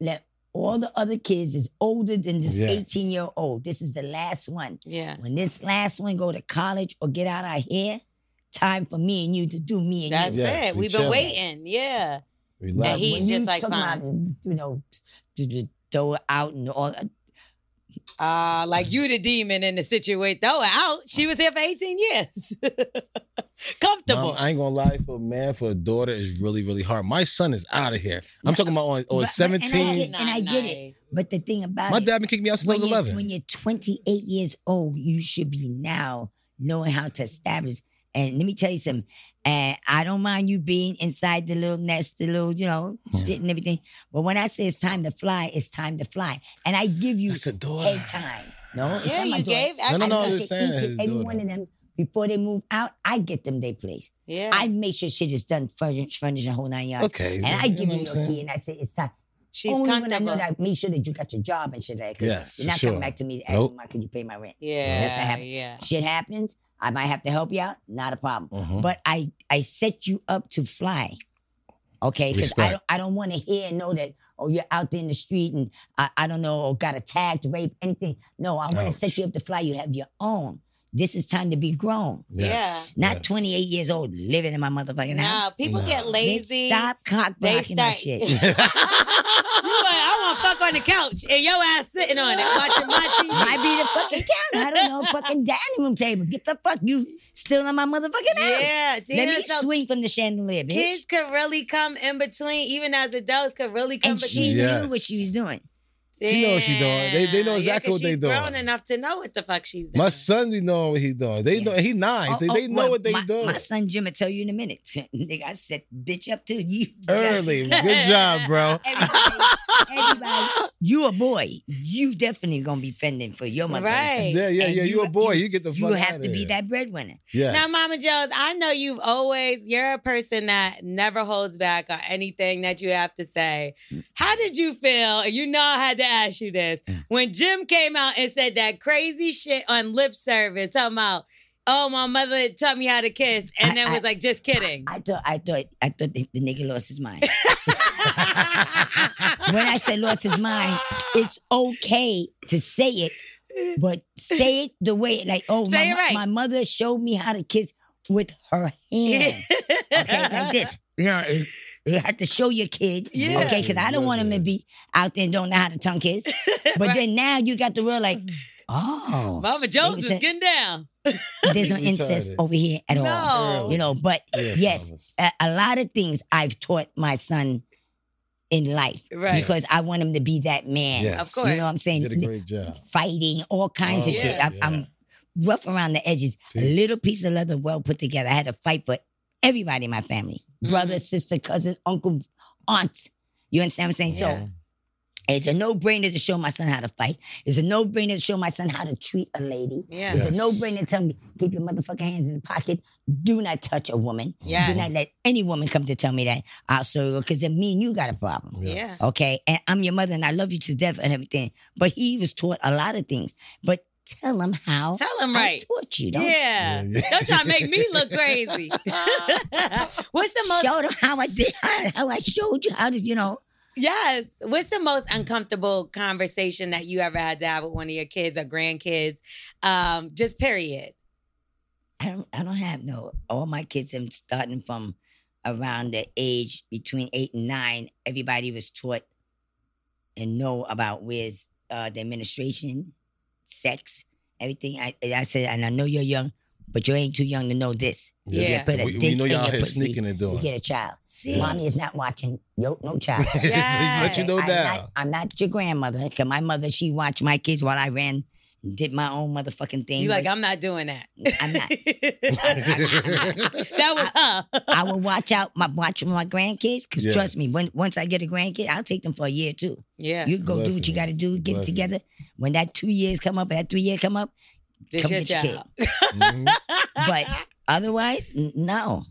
let all the other kids is older than this Yeah. 18 year old. This is the last one. yeah, When this last one go to college or get out of here, time for me and you to do me and that's you. Yeah, it. we We've been chilling. waiting. Yeah, Relax. And he's When just you like, talking fine. about, you know, to, to throw it out and all. uh, like you the demon in the situation. Throw her out. She was here for eighteen years, comfortable. Mom, I ain't gonna lie, for a man, for a daughter is really, really hard. My son is out of here. I'm talking about on, on But- but- and I 17. get- and I get it. But the thing about My it, dad been kicking me out since I when was you're, 11. when you're 28 years old, you should be now knowing how to establish. And let me tell you something. And I don't mind you being inside the little nest, the little, you know, shit and everything. But when I say it's time to fly, it's time to fly. And I give you That's a daughter. head time. No, it's Yeah, not my you daughter. gave. No, no, I no, look I'm just at saying each his and every daughter. one of them Before they move out, I get them their place. Yeah. I make sure shit is done, furnished, furnished, the whole nine yards. Okay, you And I give know you what your I'm key saying? and I say it's time. She's Only when I comfortable. know that, make sure that you got your job and shit like that. 'cause Yes, you're not for coming sure. back to me asking Nope. why could you pay my rent. Yeah. That's not happening. Yeah. Shit happens. I might have to help you out. Not a problem. Mhm. But I I set you up to fly. Okay, because I Respect. don't I don't want to hear and know that oh you're out there in the street and I, I don't know or got attacked, raped, anything. No, I want to Ouch. set you up to fly. You have your own. This is time to be grown. Yes, Not yes. 28 years old living in my motherfucking Nah, house. people Nah. get lazy. Bitch, stop cock They blocking my start- shit. You like, I want to fuck on the couch and your ass sitting on it watching my TV. Might be the fucking couch. I don't know. Fucking dining room table. Get the fuck you still on my motherfucking house. yeah, Let me Dina, so swing from the chandelier, bitch. kids could really come in between, even as adults could really come and she between. Yes. knew what she was doing. She know what she doing. They- they know Damn. Yeah, 'cause exactly what they she's doing. grown enough to know what the fuck she's doing. My son be knowing what he doing. They Yeah. know he nine. they, Oh, they oh, know well, what they my, doing. My son Jim will tell you in a minute. Nigga, I set bitch up too. You Early. Good job, bro. Everybody, everybody, you a boy. You definitely gonna be fending for your mother. Right. Yeah, yeah, And yeah. You, a boy. You, get the fuck You out have of to be here. that breadwinner. Yes. Now, Mama Jones, I know you've always, you're a person that never holds back on anything that you have to say. Mm. How did you feel? and You know, I had to ask you this when Jim came out and said that crazy shit on lip service, talking about, oh, my mother taught me how to kiss, and I- then I- was like, just kidding. I thought, I thought, I thought the, the nigga lost his mind. when I said lost his mind, it's okay to say it, but say it the way like, oh, my, Say it mo- right. my mother showed me how to kiss with her hand. okay, like this. You know, it- you have to show your kid, Yeah. okay, because I don't want him to be out there and don't know how to tongue kiss. But then now you got the real like, oh, Mama Jones is Nigga said- getting down. there's no You retarded. incest over here at all. No. You know, but yes, Thomas. a, a lot of things I've taught my son in life Right. because I want him to be that man. Yes. Of You course. know what I'm You saying? did a great job. Fighting, all kinds of Oh, shit. yeah. I'm, I'm rough around the edges. Jeez. A little piece of leather, well put together. I had to fight for everybody in my family Mm-hmm. brother, sister, cousin, uncle, aunt. You understand what I'm saying? Yeah. So it's a no brainer to show my son how to fight. It's a no brainer to show my son how to treat a lady. Yeah. It's Yes. a no brainer to tell me, keep your motherfucking hands in the pocket. Do not touch a woman. Yes. Do not let any woman come to tell me that I'll show you because then me and you got a problem. Yeah. Okay. And I'm your mother and I love you to death and everything. But he was taught a lot of things. But tell him how Tell him I right. taught you. Don't Yeah. Yeah, yeah. Don't try to make me look crazy. What's the most show them how I did how, how I showed you how to, you know. Yes. What's the most uncomfortable conversation that you ever had to have with one of your kids or grandkids? Um, just period. I don't I don't have no all my kids am starting from around the age between eight and nine, everybody was taught and know about where's uh the administration, sex, everything. I I said, and I know you're young, but you ain't too young to know this. Yeah. You Yeah. put a We, we dick know in y'all your here pussy, sneaking and You doing. get a child. See? Mommy is not watching. Yo, no child. Yes. Let you know I'm now. Not, I'm not your grandmother, because my mother, she watched my kids while I ran, and did my own motherfucking thing. You like, but I'm not doing that. I'm not. that was her. uh-huh. I will watch out my watch my grandkids because Yes. trust me, when once I get a grandkid, I'll take them for a year too. Yeah. You go do Bless what you you. got to do, get Bless it you. together. When that two years come up, that three year come up. this come your get your child. Mhm. But otherwise, n- no.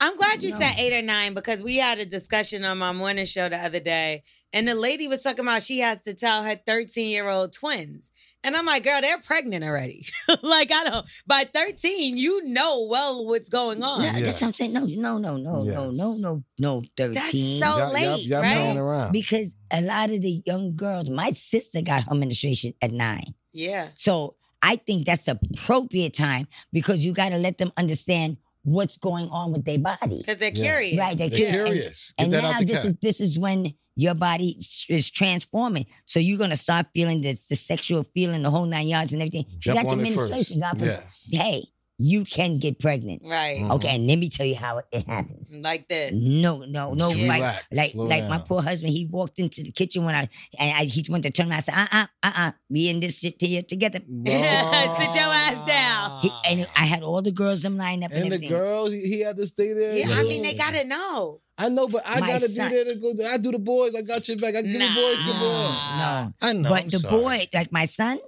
I'm glad you No. said eight or nine because we had a discussion on my morning show the other day, and the lady was talking about she has to tell her 13 year old twins. And I'm like, girl, they're pregnant already. like, I don't, by 13, you know well what's going on. No, That's what I'm saying. No, no, no, no, no, no, Yes. no, no. That's Thirteen. so Y'all- y'all- late, y'all right? playing around. because a lot of the young girls, my sister got her menstruation at nine. Yeah. So I think that's appropriate time because you got to let them understand what's going on with their body. Because they're Yeah. curious. Right, they're They're curious. And- curious. Get and that now out the this cat. is this is when your body s- is transforming. So you're gonna start feeling the, the sexual feeling, the whole nine yards and everything. Jump you got on your it first. menstruation, God forbid. Yes. Hey, you can get pregnant. Right. Mhm. Okay, and let me tell you how it, it happens. Like this. Mm-hmm. No, no, no. Just Like, relax, like, slow like my down. poor husband. He walked into the kitchen when I and I, he went to turn. around. I said, uh, uh, uh, uh. We in this shit here together. Sit your ass down. He, and I had all the girls them lined up and, And the everything. girls, he, he had to stay there. Yeah, I mean, they too. gotta know. I know, but I My gotta son- be there to go. do- I do the boys. I got your back. I give Nah. the boys. Good boys. Nah. no, I know. but I'm the sorry. boy, like my son,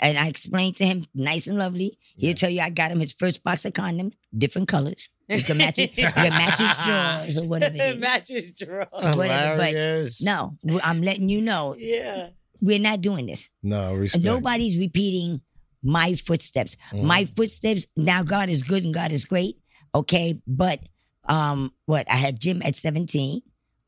and I explained to him, nice and lovely. He'll tell you I got him his first box of condoms, different colors. You can match it. You can match his drawers or whatever. It is. Matches draw. Whatever, but Hilarious. No, w- I'm letting you know Yeah. we're not doing this. No, And respect. Mm-hmm. nobody's repeating my footsteps. Mm. My footsteps. Now God is good and God is great. Okay, but um, what I had gym at 17.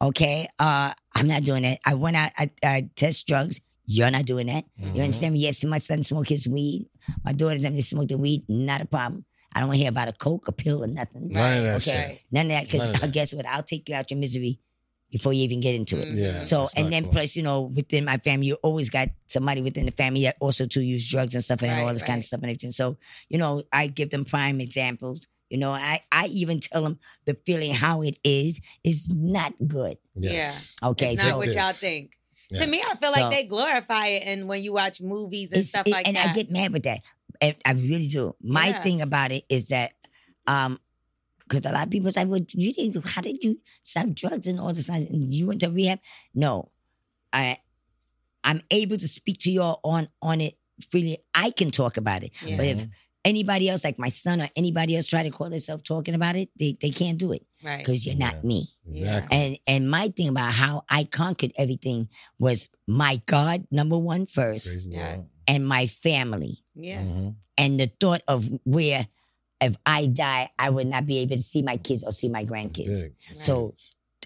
Okay, uh, I'm not doing that. I went out. I, I test drugs. You're not doing that. Mm-hmm. You understand me? Yes, my son smoked his weed. My daughters and they smoked the weed. Not a problem. I don't want to hear about a coke, a pill, or nothing. None of that shit. Okay. None of that. Because None of that. guess what? I'll take you out your misery before you even get into it. Yeah. So it's and not then cool. plus you know within my family you always got somebody within the family that also to use drugs and stuff and all Right, this kind right. of stuff and everything. So you know I give them prime examples. You know I I even tell them the feeling how it is is not good. Yes. Okay, It's so not what y'all think. Yeah. To me, I feel like So- they glorify it, and when you watch movies and It's- stuff it- like and that, I get mad with that. I, I really do. My Yeah. thing about it is that, um, because a lot of people say, "Well, you didn't. do- How did you stop drugs and all this? stuff? And you went to rehab." No, I, I'm able to speak to y'all on on it freely. I can talk about it, Yeah. but if anybody else, like my son or anybody else, try to call themselves talking about it, they they can't do it right? because you're not me. Yeah. And and my thing about how I conquered everything was my God number one first, Yeah. and my family Yeah. Mm. Mm-hmm. and the thought of where if I die, I would not be able to see my kids or see my grandkids. Right. So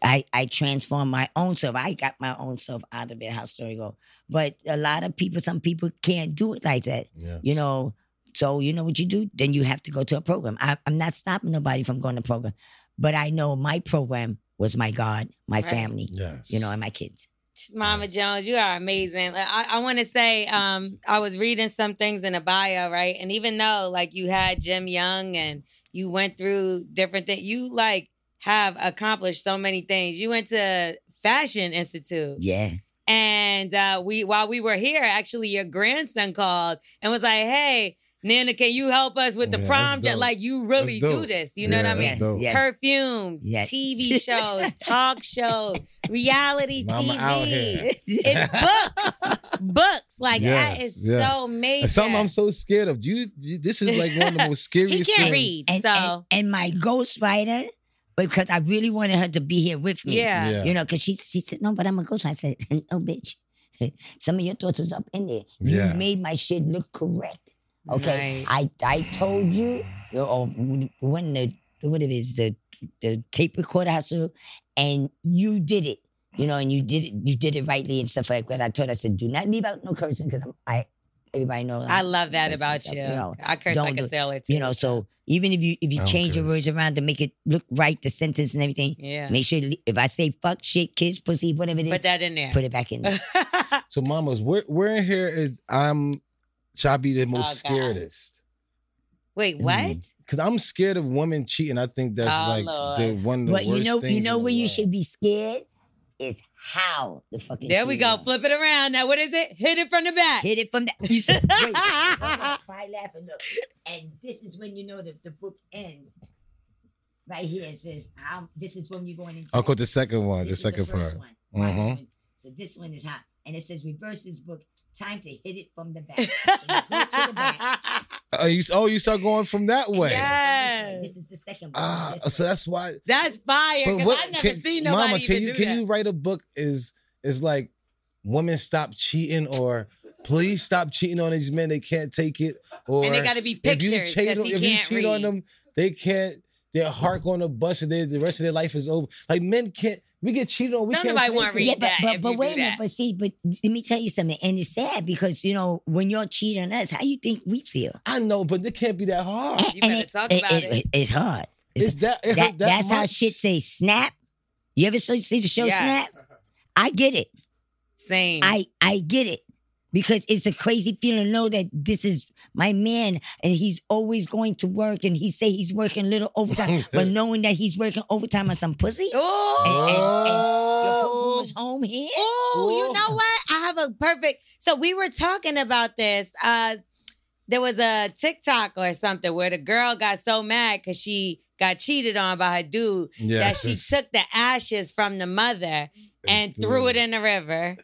I, I transformed my own self. I got my own self out of it, how story go. But a lot of people, some people can't do it like that. You know, so you know what you do? Then you have to go to a program. I, I'm not stopping nobody from going to program, but I know my program was my God, my Right. family, Yes. you know, and my kids. Mama Mm. Jones, you are amazing. Like, I, I want to say, um, I was reading some things in a bio, right? And even though like you had Jim Young and you went through different things, you like have accomplished so many things. You went to Fashion Institute. Yeah. And uh, we while we were here, actually, your grandson called and was like, "Hey, Nana, can you help us with the Yeah, prom? that's jo-" dope. Like you really That's do dope. this. You know what I Yeah, mean? that's dope. Yes. Perfumes, Yes. TV shows, talk shows, reality Mama out TV. here. It's books, books. Like Yes, that is yes. so major. And Something I'm so scared of. Do you, you- This is like one of the most scariest. he can't things. read, and, so and, and my ghostwriter, because I really wanted her to be here with me. yeah. Yeah. You know, because she, she said, no, but I'm a ghostwriter. I said, no, bitch. Some of your thoughts was up in there. You Yeah. made my shit look correct. Okay. Right. I, I told you, or when the, what it is, the, the tape recorder has to, and you did it. You know, and you did it, you did it rightly and stuff like that. I told her, I said, do not leave out no cursing because I, everybody knows. I love that Yes, about yes, you. you know, I curse don't like do a it. sailor too. You know, so even if you if you I don't change your curse. words around to make it look right, the sentence and everything, yeah. make sure if I say fuck, shit, kids, pussy, whatever it is, Put that in there. put it back in. there. So, mamas, where where in here is I'm? Should I be the most Oh, God. scaredest? Wait, Mm-hmm. what? Because I'm scared of women cheating. I think that's Oh, like Lord. the one of the But worst you know, things you know in the where you world. should be scared is how the fucking. There we go. female- Flip it around. Now, what is it? Hit it from the back. Hit it from the. You said, wait, cry, laugh, and look. And this is when you know that the book ends. Right here it says, i "This is when you're going into." I'll quote the second one. Oh, The This is second part. first one. Right, Mhm. So this one is hot, and it says, "Reverse this book. Time to hit it from the back." So you go to the back. Oh, you, oh, you start going from that way. Yeah. Yes. This is the second one. Ah, This so one. that's why. That's fire. Because I've never can- seen nobody Mama, can even you do can you write a book? Is is like women stop cheating or please stop cheating on these men? They can't take it. Or that. And they got to be if you pictures cheat, because on, he if you can't cheat read. on them, they can't. Their heart going to bust, and they, the rest of their life is over. Like men can't. We get cheated on. We Don't can't nobody take wanna it. read. yeah, but that if but, but you wait do a minute. that. But see, but let me tell you something, and it's sad because you know when you're cheating on us, how you think we feel? I know, but it can't be that hard. And- You and better talk about it. It's hard. It's- It's that, it that, hurt that that's how much? shit say snap. You ever so- see the show Yes. Snap? I get it. Same. I I get it because it's a crazy feeling. to Know that this is my man, and he's always going to work, and he say he's working little overtime, but knowing that he's working overtime on some pussy, oh. and- your Oh. was home here. Oh, you Ooh. know what? I have a perfect. So we were talking about this. Uh, there was a TikTok or something where the girl got so mad because she got cheated on by her dude that she Yes. took the ashes from the mother and threw threw it. it in the river,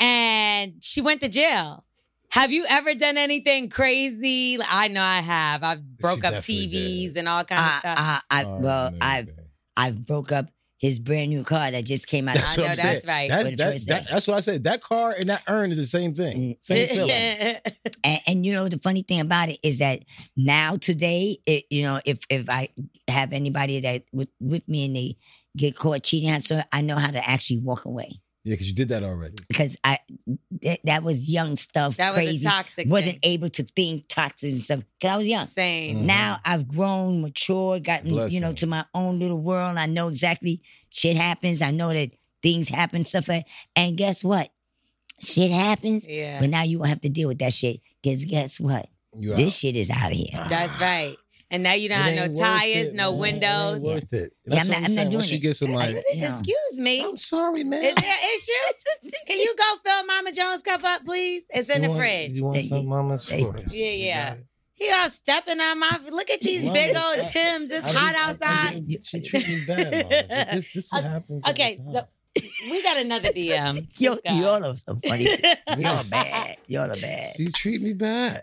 and she went to jail. Have you ever done anything crazy? Like, I know I have. I've broke up definitely TVs did. and all kinds Uh, of stuff. I, I, I, Oh, well, man, I've man. I've broke up his brand new car that just came out. That's I what know I'm that's saying. right. That's, What did that's- Troy that- say? that's what I said. That car and that urn is the same thing. Same feeling. and, and you know the funny thing about it is that now today, it, you know, if if I have anybody that with with me and they get caught cheating on someone, I know how to actually walk away Yeah, because you did that already. because I that that was young stuff, that was crazy. a toxic. wasn't Mm-hmm. thing. able to think toxic and stuff because I was young. same. Mhm. Now I've grown, matured, gotten Bless you know him. to my own little world. I know exactly shit happens. I know that things happen, stuff. like- And guess what? Shit happens. Yeah. But now you gonna have to deal with that shit. Cause guess what? You out. This shit is out of here. That's right. And now you It don't have ain't no worth tires, it, no man. windows. It ain't worth it. Yeah, That's what I'm not- I'm not saying. doing Once you it. get some like, Yeah. Excuse me. I'm sorry, man. Is there an issue? Can you go fill Mama Jones' cup up, please? It's in You the want- fridge. You want Thank some you. mama's Thank you. choice. Yeah, You yeah. got it. He all stepping on my. Look at these Mama, big old I- Tims. It's I be- hot I be- outside. She treat me bad. Mama. This, this, this what happens. all Okay, the so time. we got another DM. Yo, This guy. y'all are so funny. Y'all bad. Y'all are bad. she treat me bad.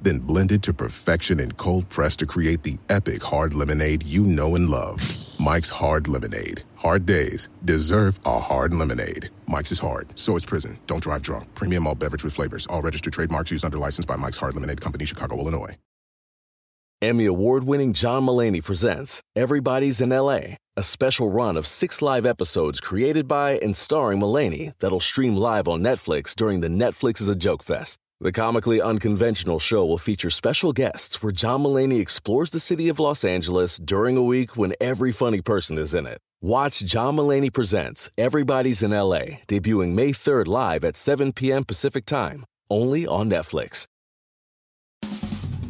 then blended to perfection and cold pressed to create the epic hard lemonade you know and love. Mike's Hard Lemonade. Hard days deserve a hard lemonade. Mike's is hard, so is prison. Don't drive drunk. Premium all beverage with flavors. All registered trademarks used under license by Mike's Hard Lemonade Company, Chicago, Illinois. Emmy award winning John Mullaney presents Everybody's in LA, a special run of six live episodes created by and starring Mullaney that'll stream live on Netflix during the Netflix is a Joke Fest. The comically unconventional show will feature special guests where John Mullaney explores the city of Los Angeles during a week when every funny person is in it. Watch John Mullaney Presents Everybody's in LA, debuting May 3rd live at 7 p.m. Pacific Time, only on Netflix.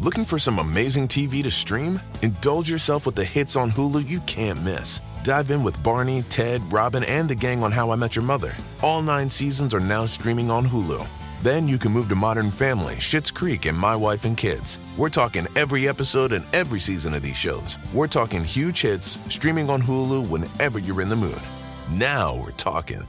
Looking for some amazing TV to stream? Indulge yourself with the hits on Hulu you can't miss. Dive in with Barney, Ted, Robin, and the gang on How I Met Your Mother. All nine seasons are now streaming on Hulu. Then you can move to Modern Family, Schitt's Creek, and My Wife and Kids. We're talking every episode and every season of these shows. We're talking huge hits streaming on Hulu whenever you're in the mood. Now we're talking.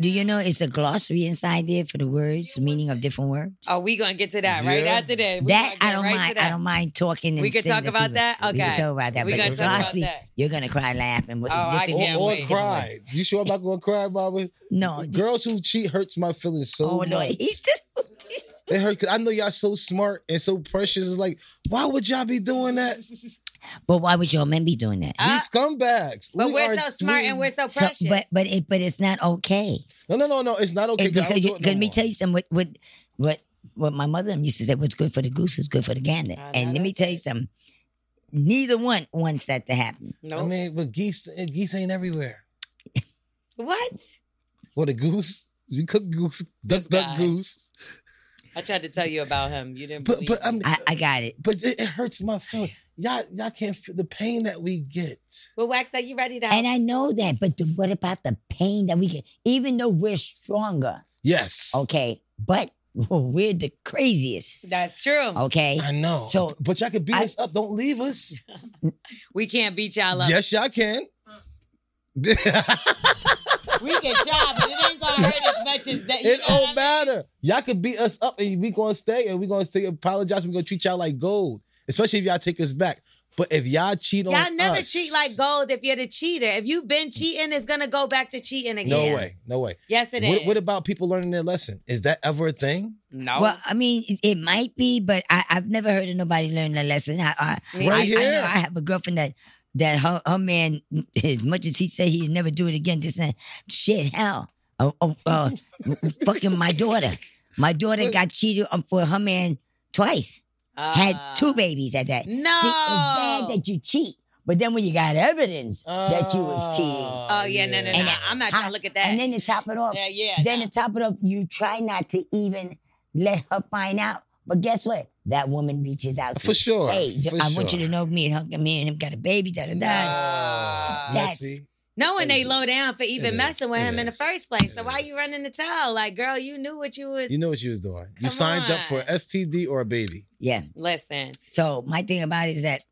Do you know it's a glossary inside there for the words, meaning of different words? Oh, we gonna get to that right Yeah. after that. We that gonna I get don't right to mind. I that. don't mind talking. And We can saying talk about people- that? We Okay. can talk about that. We but gonna the talk about glossary, that. you're gonna cry laughing. What- Oh, I different- can't Or wait. cry. You sure I'm not gonna cry, Baba? No. Girls who cheat hurts my feelings so Oh much. Lord, he just. It hurt because I know y'all so smart and so precious. It's like, why would y'all be doing that? But why would your men be doing that? We scumbags. But We we are are- so smart and we- we're so So, precious. but but it but it's not okay. no, no, no, no. It's not okay. It- I because don't do you, it no let me more. tell you something. What what what what my mother used to say: "What's good for the goose is good for the gander." I know and let me that's tell you something. Neither one wants that to happen. no. I mean, but geese, eh, geese ain't everywhere. what? Well, the goose, you cook goose, duck, guy. duck, goose. I tried to tell you about him. You didn't. But, believe but I'm, me. I, I got it. but it, it hurts my feelings. Y'all, y'all can't feel the pain that we get. Well, Wax, are you ready to? And I know that, but the, what about the pain that we get? Even though we're stronger, Yes. okay, but we're the craziest, That's true. okay? I know. So- but y'all can beat I- us up. Don't leave us. We can't beat y'all up. Yes, y'all can. We can try, but it ain't gonna hurt as much as that. It don't matter. Y'all could beat us up and we gonna stay and we gonna say apologize. We gonna treat y'all like gold, especially if y'all take us back. But if y'all cheat on Y'all never us- treat like gold if you're the cheater. If you've been cheating, it's gonna go back to cheating again. No way, no way. Yes, it is. What, what about people learning their lesson? Is that ever a thing? no. Well, I mean, it, it might be, but I, I've never heard of nobody learn that lesson. I, I, Me I, I either. know I have a girlfriend that that her, her man, as much as he said he'd never do it again, this and that, shit, hell, oh, oh, uh, fucking my daughter, my daughter got cheated on for her man twice, Uh, had two babies at that. No. See, it's bad that you cheat, but then when you got evidence that you Ah, was cheating, oh yeah, no, no, no. And I- I'm not trying to look at that. and then to top it off, yeah, yeah. then no. to top it up, you try not to even let her find out. But guess what? That woman reaches out. to For you. sure, Hey, for I want sure. you to know me and her, me and him got a baby. Da da da. Nah. Messy. That's Knowing they low down for even It messing with is. him It in the is. first place. It So why is. you running the towel? Like, girl, you knew what you was. You know what you was doing. you Come signed up on. for STD or a baby. Yeah. Listen, So my thing about it is that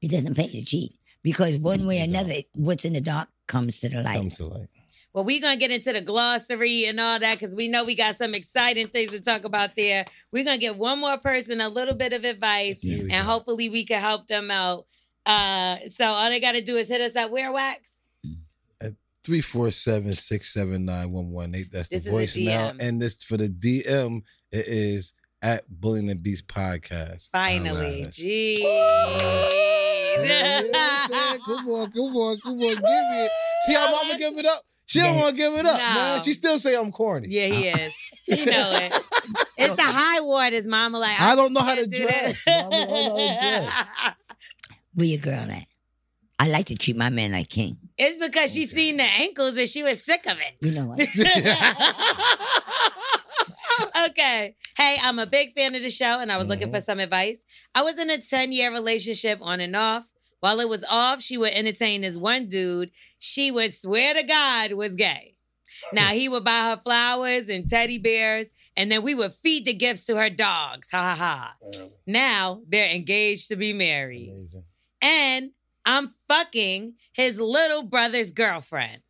it doesn't pay to cheat because one way or another, what's in the dark comes to the light. Mm, Comes to light. well, we gonna get into the glossary and all that because we know we got some exciting things to talk about there. We're gonna give one more person a little bit of advice, There we and go. hopefully we can help them out. Uh, so all they gotta do is hit us up. Where wax? 347-679-1118. That's the This is a voicemail. DM. And this for the DM, it is at Bullying and Beast Podcast. Finally, Outliers. jeez. Yeah, you know what I'm saying? Good boy, good boy, good boy. Give it. See how mama give it up? She don't Yeah. want to give it up, man. No. She still say I'm corny. yeah, he is. You know it. It's the high waters, mama. Like I don't know how to can't do that. dress. Mama, I don't know how to dress. Where your girl at? I like to treat my man like king. It's because she seen the ankles and she was sick of You know what? it. okay. Hey, I'm a big fan of the show and I was looking Mhm. for some advice. I was in a 10 year relationship on and off. While it was off, she would entertain this one dude she would swear to God was gay. Now he would buy her flowers and teddy bears, and then we would feed the gifts to her dogs. Ha ha ha. Now they're engaged to be married Amazing. and I'm fucking his little brother's girlfriend.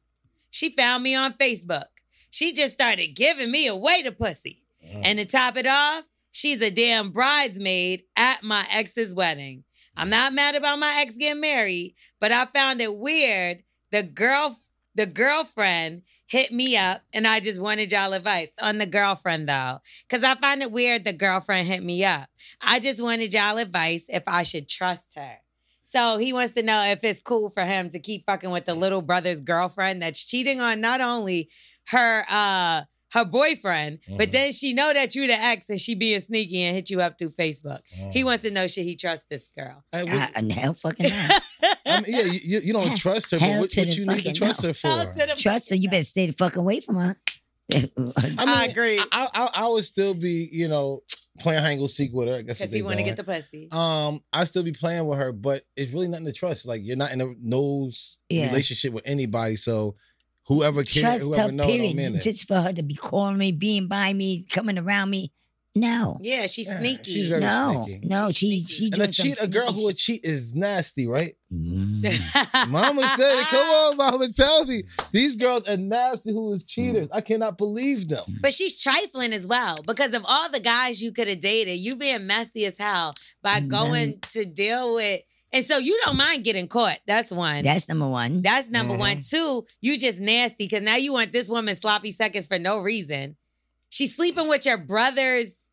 She found me on Facebook. She just started giving me away to pussy. And to top it off, she's a damn bridesmaid at my ex's wedding. I'm not mad about my ex getting married, but I found it weird. The girl, the girlfriend hit me up, and I just wanted y'all advice on the girlfriend though, because I find it weird the girlfriend hit me up. I just wanted y'all advice if I should trust her. So he wants to know if it's cool for him to keep fucking with the little brother's girlfriend that's cheating on not only her uh her boyfriend, but Mhm. then she know that you the ex and she being sneaky and hit you up through Facebook. He wants to know should he trust this girl? Hey, what- I, and hell fucking no. I mean, yeah, you, you- you don't trust her, but Hell what, to what the you need to fucking trust no. her for? Hell to the- Trust her. You better stay the fuck away from her. I I mean, agree. I, I, I would still be, you know, playing hide and go seek with her. I guess Because what they he want to doing. get the pussy. um, I still be playing with her, but it's really nothing to trust. Like you're not in a no s- Yeah. relationship with anybody, so whoever cares, Trust whoever her, knows, I'm in period. it. Just for her to be calling me, being by me, coming around me. No. yeah, she's Yeah, sneaky. she's very- No. sneaky. No, she, She's she sneaky. and a doing some cheat, a girl who would cheat is nasty, right? Mm. Mama said it. Come on, mama, tell me these girls are nasty. Who is Mm. cheaters? I cannot believe them. But she's trifling as well because of all the guys you could have dated, you being messy as hell by Mm, going man. to deal with. And so you don't mind getting caught. That's one. Mm. That's number one. That's number Mhm. Mm-hmm. one. Two, you just nasty because now you want this woman sloppy seconds for no reason. She's sleeping with your brother's,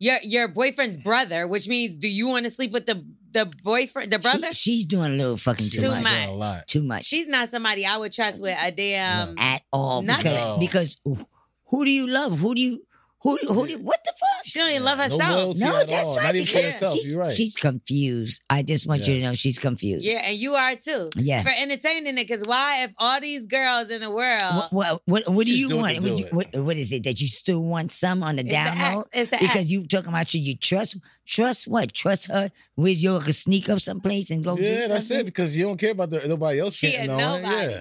your your boyfriend's brother, which means do you want to sleep with the the boyfriend, the She- brother? she's doing a little fucking too, She's Too much. doing much. A lot. Too much. She's not somebody I would trust with a damn. At all. Nothing. No. Because, because who do you love? Who do you, who, who do you, what the fuck? She don't even love No herself. loyalty No, at that's all. right. Not even for because herself. she's, You're right. she's confused. I just want you to know she's confused. yeah, and you are too. Yeah. For entertaining it, because why? If all these girls in the What, world, what, what, what do Just you do it want? to What, do you, it. what, what is it that you still want some on the it's the download? ex. It's the ex. Because you talking about should you trust trust what trust her? Where's your sneak up someplace and go do yeah, something? that's it. Because you don't care about the, nobody else She had cheating on nobody. it. Yeah.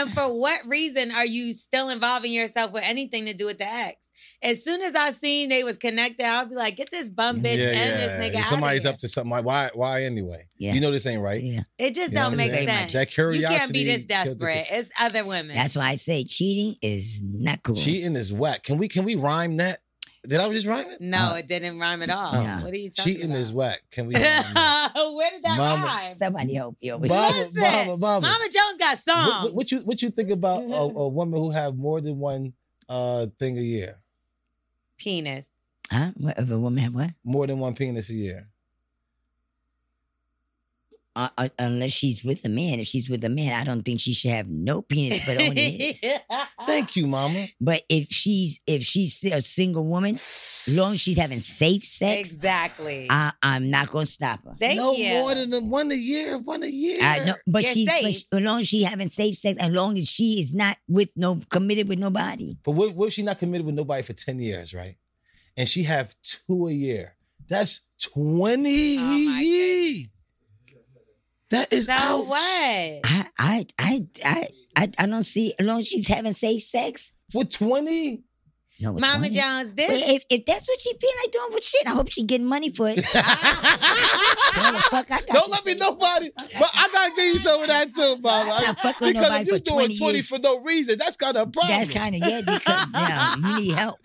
And for what reason are you still involving yourself with anything to do with the ex? As soon as I seen they was connected, I'll be like, get this Mm, bum bitch and this nigga out If Somebody's of here. up to something. Like, why? Why anyway? Yeah. You know this ain't right. Yeah, It just You know what don't I'm make saying? sense. That You curiosity. can't be this killed the kid. desperate. It's other women. that's why I say cheating is not cool. Cheating is whack. Can we? Can we rhyme that? Did I just rhyme it? no, Uh, it didn't rhyme at all. yeah. What are you talking Cheating about? is whack. Can we? Rhyme that? Where did that Mama. rhyme? Somebody help you over Bob- here. Mama, Listen, Mama, Mama. Mama Jones got songs. What, what- what you What you think about a, a woman who have more than one uh thing a year, Penis. Huh? What, if a woman have what? more than one penis a year? Uh, uh, unless she's with a man. If she's with a man, I don't think she should have no penis but on his. Thank you, Mama. But if she's if she's a single woman, long as she's having safe sex, exactly. I, I'm not gonna stop her. Thank no you. more than the one a year. One a year. I know, but You're she's but safe. she, as long as she having safe sex, as long as she is not with no committed with nobody. But what, what if she not committed with nobody for 10 years, right? And she have two a year. That's 20 Oh my goodness. That is So ouch. what? I, I, I, I, I, I don't see. As long as she's having safe sex, For 20? no. it's Mama fine. Jones, But this if, if that's what she feel like doing, with shit, I hope she getting money for it. Why the fuck I got Don't let me nobody. But I gotta give you some of that too, I'm Mama. not fucking with Because nobody if you're for doing 20 20 years. for no reason, that's kind of a problem. That's kind of yeah. Because yeah, you need help.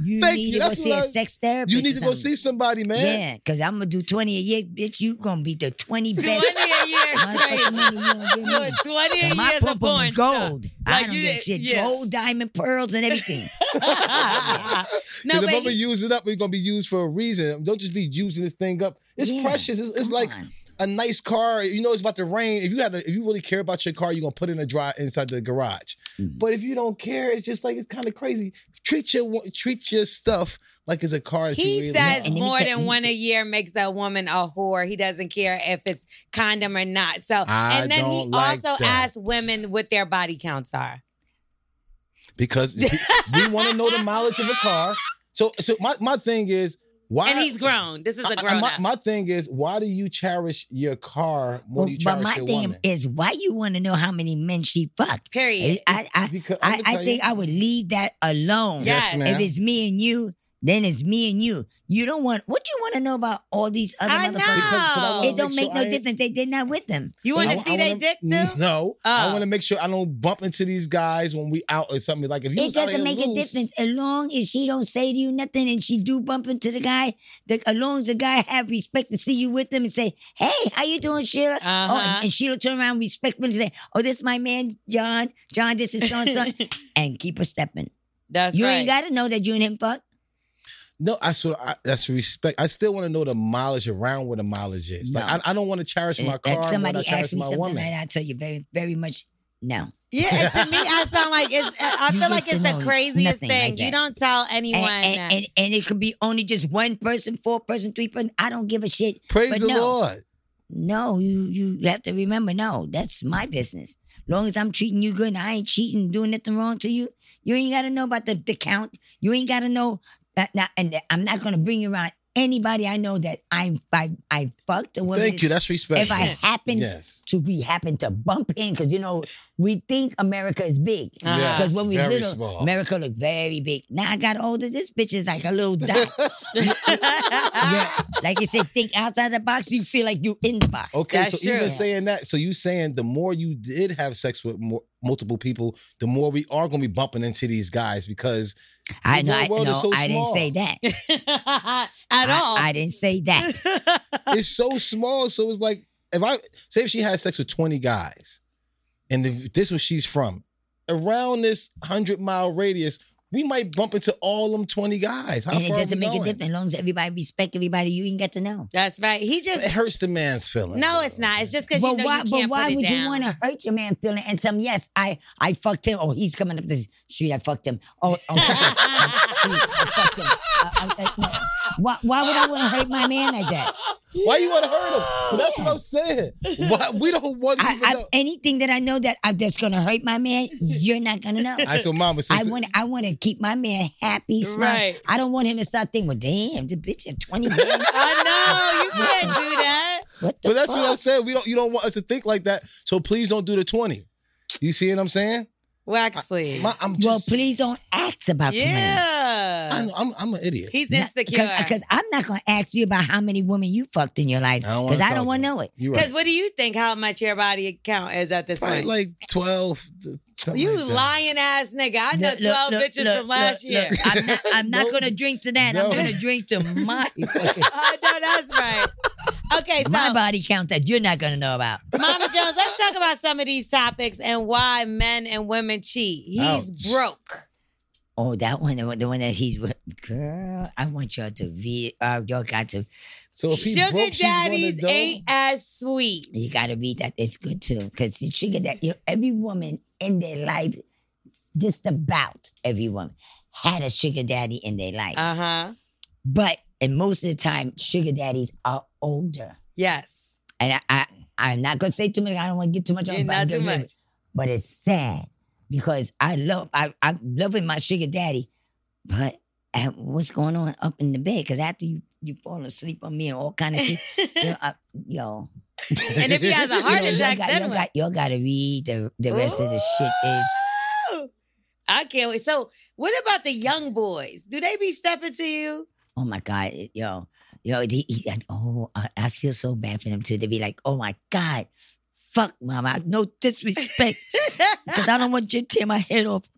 You Thank need you. to go That's see what a I- sex therapist. you need or to go something. see somebody, man. Yeah, because I'm gonna do twenty a year, bitch. You gonna be the twenty 20 best. a year motherfucking straight. money you gonna give me. Doing 20 a My years of purple porn was gold. stuff. I Like, don't you give a did- shit. yeah. Gold, diamond, pearls, and everything. no, Because but if I'm he- gonna use it up, we're gonna be used for a reason. Don't just be using this thing up. It's Yeah. precious. It's, it's Come like on. a nice car. You know, it's about to rain. If you had, a, if you really care about your car, you're gonna put it in a dry inside the garage. Mm-hmm. But if you don't care, it's just like it's kind of crazy. Treat your wa- treat your stuff like it's a car. That you he really says And let me more tell- let than me one tell- a year makes a woman a whore. He doesn't care if it's condom or not. So, I and then he don't like also that. asks women what their body counts are. because we, want to know the mileage of a car. So, so my, my thing is why? and he's grown. This is I- a I- grown my, up. my thing is why do you cherish your car more than you but cherish my your thing woman? is, why you want to know how many men she fucked? Period. I, I, Because- I'm I, gonna I tell you- think I would leave that alone. Yeah. yes, Yes. ma'am. If it's me and you, then it's me and you. You don't want what you want to know about all these other I motherfuckers. Because- but I wanna know. It don't sure make no I ain't- difference. They did not with them. You want I to wa- see I they wanna- dick too? No, I Oh. want to make sure I don't bump into these guys when we out or something. Like if you It was out doesn't here make a loose, difference as long as she don't say to you nothing and she do bump into the guy. The, as long as the guy have respect to see you with them and say, "Hey, how you doing, Sheila?" Oh, Uh-huh. and, and Sheila turn around respectfully and say, "Oh, this is my man, John. John, this is so and so," and keep her stepping. That's you right. ain't got to know that you and him fuck. No, I sort of I, that's respect. I still want to know the mileage around where the mileage is. Like No. I, I don't want to cherish my If- car. if Uh, somebody more than I asks cherish me my something woman. like that, I tell you very, very much no. Yeah, and to me, I sound like it's. I You feel like just it's the know craziest nothing thing. like you that. don't tell anyone. And, and, that. and, and it could be only just one person, four person, three person. I don't give a shit. Praise But the no. Lord. No, you you have to remember, no, that's my business. Long as I'm treating you good and I ain't cheating, doing nothing wrong to you, you ain't gotta know about the, the count. You ain't gotta know that now and I'm not gonna bring you around anybody I know that I'm I I fucked a woman. Thank you. That's respect. if I happen yes. to we happen to bump in, because you know, we think America is big. Uh-huh. Because when we Very little, small. America looked very big. Now I got older, this bitch is like a little dot. yeah. Like you say, think outside the box, you feel like you in the box. Okay, That's so even true. saying that, so you saying the more you did have sex with more, multiple people, the more we are going to be bumping into these guys because I The know, real I, world no, is so I didn't say that. At I, all. I didn't say that. it's so small. So it's like if I say if she had sex with twenty guys, and if this was she's from around this hundred mile radius, we might bump into all them twenty guys. How and it far are doesn't we make a going? difference. As long as everybody respect everybody, you ain't got to know. That's right. He just. It hurts the man's feelings. No, it's not. It's just because you know why, you can't but why put it would down. you want to hurt your man feeling and tell him, yes, I, I fucked him. Oh, he's coming up the street. I fucked him. Oh, oh I fucked him. I- I- I- no. why, why would I want to hurt my man like that? Why you want to hurt him? That's what I'm saying. Why we don't want to I, even I, know. anything that I know that I'm just going to hurt my man, you're not going to know. All right, so mama, I since, want I want to keep my man happy, smart. Right. I don't want him to start thinking, well, damn, the bitch at 20 man. I know you can't do that. What the but that's fuck? what I'm saying. We don't. You don't want us to think like that. So please don't do the twenty. You see what I'm saying? Wax, please. My, I'm Well, just. please don't ask about your yeah. I know, I'm, I'm an idiot. He's man. insecure. Because I'm not going to ask you about how many women you fucked in your life. I don't wanna Because I talk don't want to about know it. You're Because right. what do you think? How much your body count is at this Probably point? like twelve. to- something you like that. lying ass nigga. I know Look, look, twelve look, bitches look, from last look, year. look. I'm not, I'm not No. going to drink to that. No. I'm going to drink to my, Oh, I know that's right. Okay, so my body count that you're not going to know about. Mama Jones, let's talk about some of these topics and why men and women cheat. He's Ouch. broke. Oh, that one, the one, the one that he's with. Girl, I want y'all to read. Uh, y'all got to. So if he Sugar broke, she's gonna daddies go- ain't as sweet. You got to read that. It's good too, because she get that. You know, every woman in their life, just about every woman had a sugar daddy in their life. Uh huh. But and most of the time, sugar daddies are older. Yes. And I, I I'm not gonna say too much. I don't want to get too much on. Yeah, but I'm not too just gonna- much. But it's sad because I love I I'm loving my sugar daddy, but uh, what's going on up in the bed? Because after you you fall asleep on me and all kind of shit, you know, I, yo, And if he has a heart You know, y'all, attack, got, then y'all, what? got, y'all got to read the, the rest of the shit. Is Ooh. I can't wait. So, what about the young boys? Do they be stepping to you? oh my god, it- yo, yo, he, he, I- oh, I, I feel so bad for them too. To be like, oh my god, fuck, mama, no disrespect, because I don't want you to tear my head off.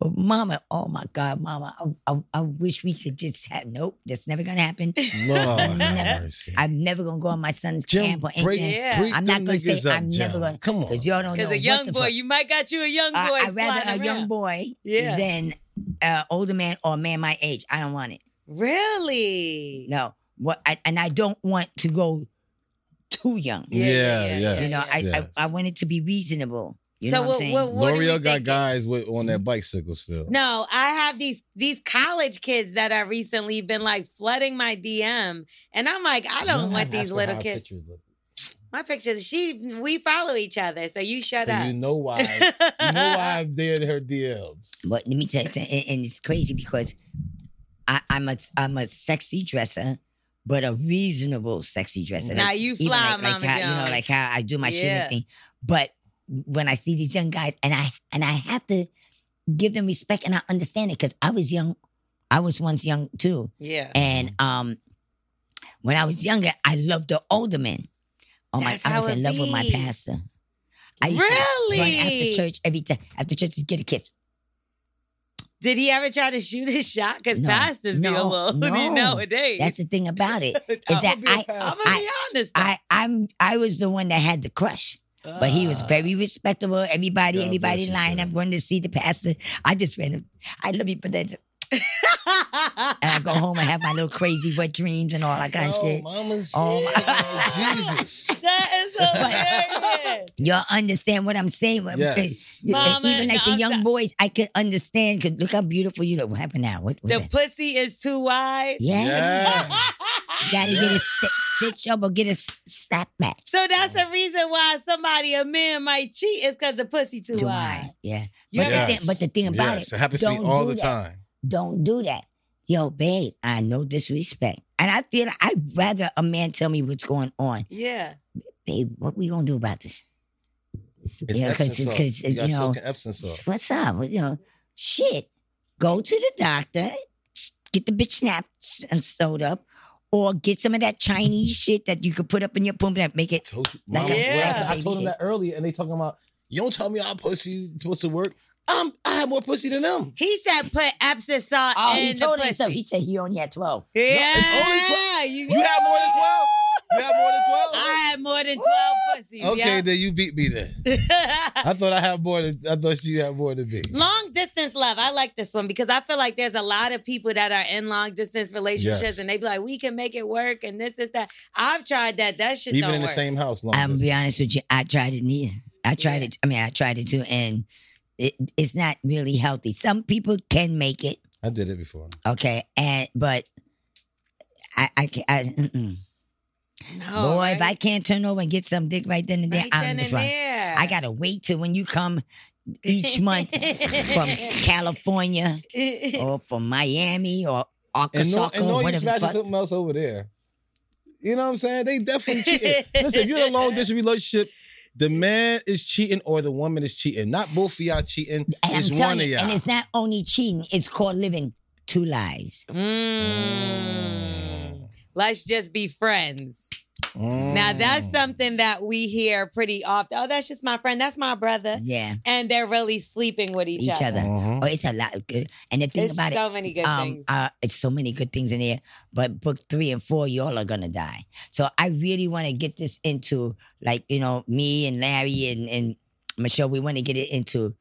But mama, oh my god, mama, I, I, I wish we could just have. Nope, that's never gonna happen. Lord have Never. mercy. I'm never gonna go on my son's Jim, camp or break, anything. Yeah. break I'm them not gonna say niggas up, I'm never John. gonna. Come on. Because y'all don't Because know what a young the boy, fuck. you might got you a young boy. I, I'd rather a sliding young around. boy Yeah. than a older man or a man my age. I don't want it. Really? No. What I, and I don't want to go too young. Yeah, yeah, yeah, yeah. You know, I, yes. I I want it to be reasonable. You so know what I'm what, saying? what, what are we L'Oreal got thinking? guys with on their bicycle still. No, I have these these college kids that are recently been like flooding my DM, and I'm like, I don't want these little kids. My pictures. She, we follow each other, so you shut So up. you know why. you know why I'm there in her DMs. But let me tell you, something, and, and it's crazy because I, I'm a I'm a sexy dresser, but a reasonable sexy dresser. Now Like, you even fly, like, like Mama how, Jones. You know, like how I do my shit and Yeah. everything. But when I see these young guys, and I and I have to give them respect, and I understand it because I was young, I was once young too, yeah. and Mm-hmm. um, when I was younger, I loved the older men. Oh my! That's I was how it in love with my be. pastor. I used really? to run after church every time. After church, to get a kiss. Did he ever try to shoot his shot? Because No, pastors be a no, little no. nowadays. That's the thing about it. Is that be a I, I'm pastor. gonna be I, honest. though. I, I'm, I was the one that had the crush, but he was Uh, very respectable. Everybody, Ah. God everybody bless you, lined up, sir. going to see the pastor. I just ran. up, I love you, but that's it." and I go home and have my little crazy wet dreams and all that kind of oh, shit. Mama's Oh, my- oh, Jesus. that is hilarious. Y'all understand what I'm saying? What- Yes. eh, eh, Mama, Even like no, the I'm young so- boys, I could understand. Cause look how beautiful you look. What happened now? What? what the the- pussy is too wide. yeah. Yes. Gotta get a st- stitch up or get a s- snap back. So that's the reason why somebody, a man, might cheat is because the pussy too Do wide. I? Yeah. You But, ever- the thing, but the thing about yes. it, happens to me don't all do the that. time. Don't do that. Yo, babe, I know disrespect. And I feel I'd rather a man tell me what's going on. Yeah. Babe, what we gonna do about this? It's Yeah, 'cause Epsom it's- salt. 'cause you it's, got you know, soak in Epsom salt. What's up? What- You know, shit. Go to the doctor, s- get the bitch snap s- uh, sewed up, or get some of that Chinese shit that you could put up in your pump that make it. Told you, Like Mama, a- when I Yeah. said- I baby told them shit. that earlier, and they talking about you don't tell me how pussy supposed to work. I'm I have more pussy than them. He said put Epsom salt Oh, in he the told pussy. himself. He said he only had twelve. yeah. only you, You have more than twelve. You have more than twelve. I had more than 12 pussies. Okay, yeah. then you beat me then. I thought I had more than I thought you had more than me. Long distance love. I like this one because I feel like there's a lot of people that are in long distance relationships Yes. and they be like, we can make it work and this is that. I've tried that. That shit Even don't in the work. same house, long I'm gonna distance. be honest with you. I tried it neither. I tried Yeah. it. I mean, I tried it too, and it, it's not really healthy. Some people can make it, I did it before. okay, and but I, I, can, I mm-mm. No, boy, right? if I can't turn over and get some dick Oh, right then and there, Right I'm then just and wrong. there. I gotta wait till when you come each month from California or from Miami or And Arkansas no, and no, or you whatever. the smashing fuck. something else over there. You know what I'm saying? They definitely cheating. Listen, if you're in a long distance relationship, the man is cheating or the woman is cheating. Not both of y'all cheating. And it's I'm one telling of you, y'all. and it's not only cheating; it's called living two lives. Mm. Let's just be friends. Mm-hmm. Now Mm. that's something that we hear pretty often. Oh, that's just my friend. That's my brother. Yeah, And they're really sleeping with each, each other. Mhm. Oh, it's a lot of good. And the thing It's about it, so many good um, things. uh, it's so many good things in there. But book three and four, y'all are gonna die. So I really want to get this into like you know me and Larry and, and Michelle. We want to get it into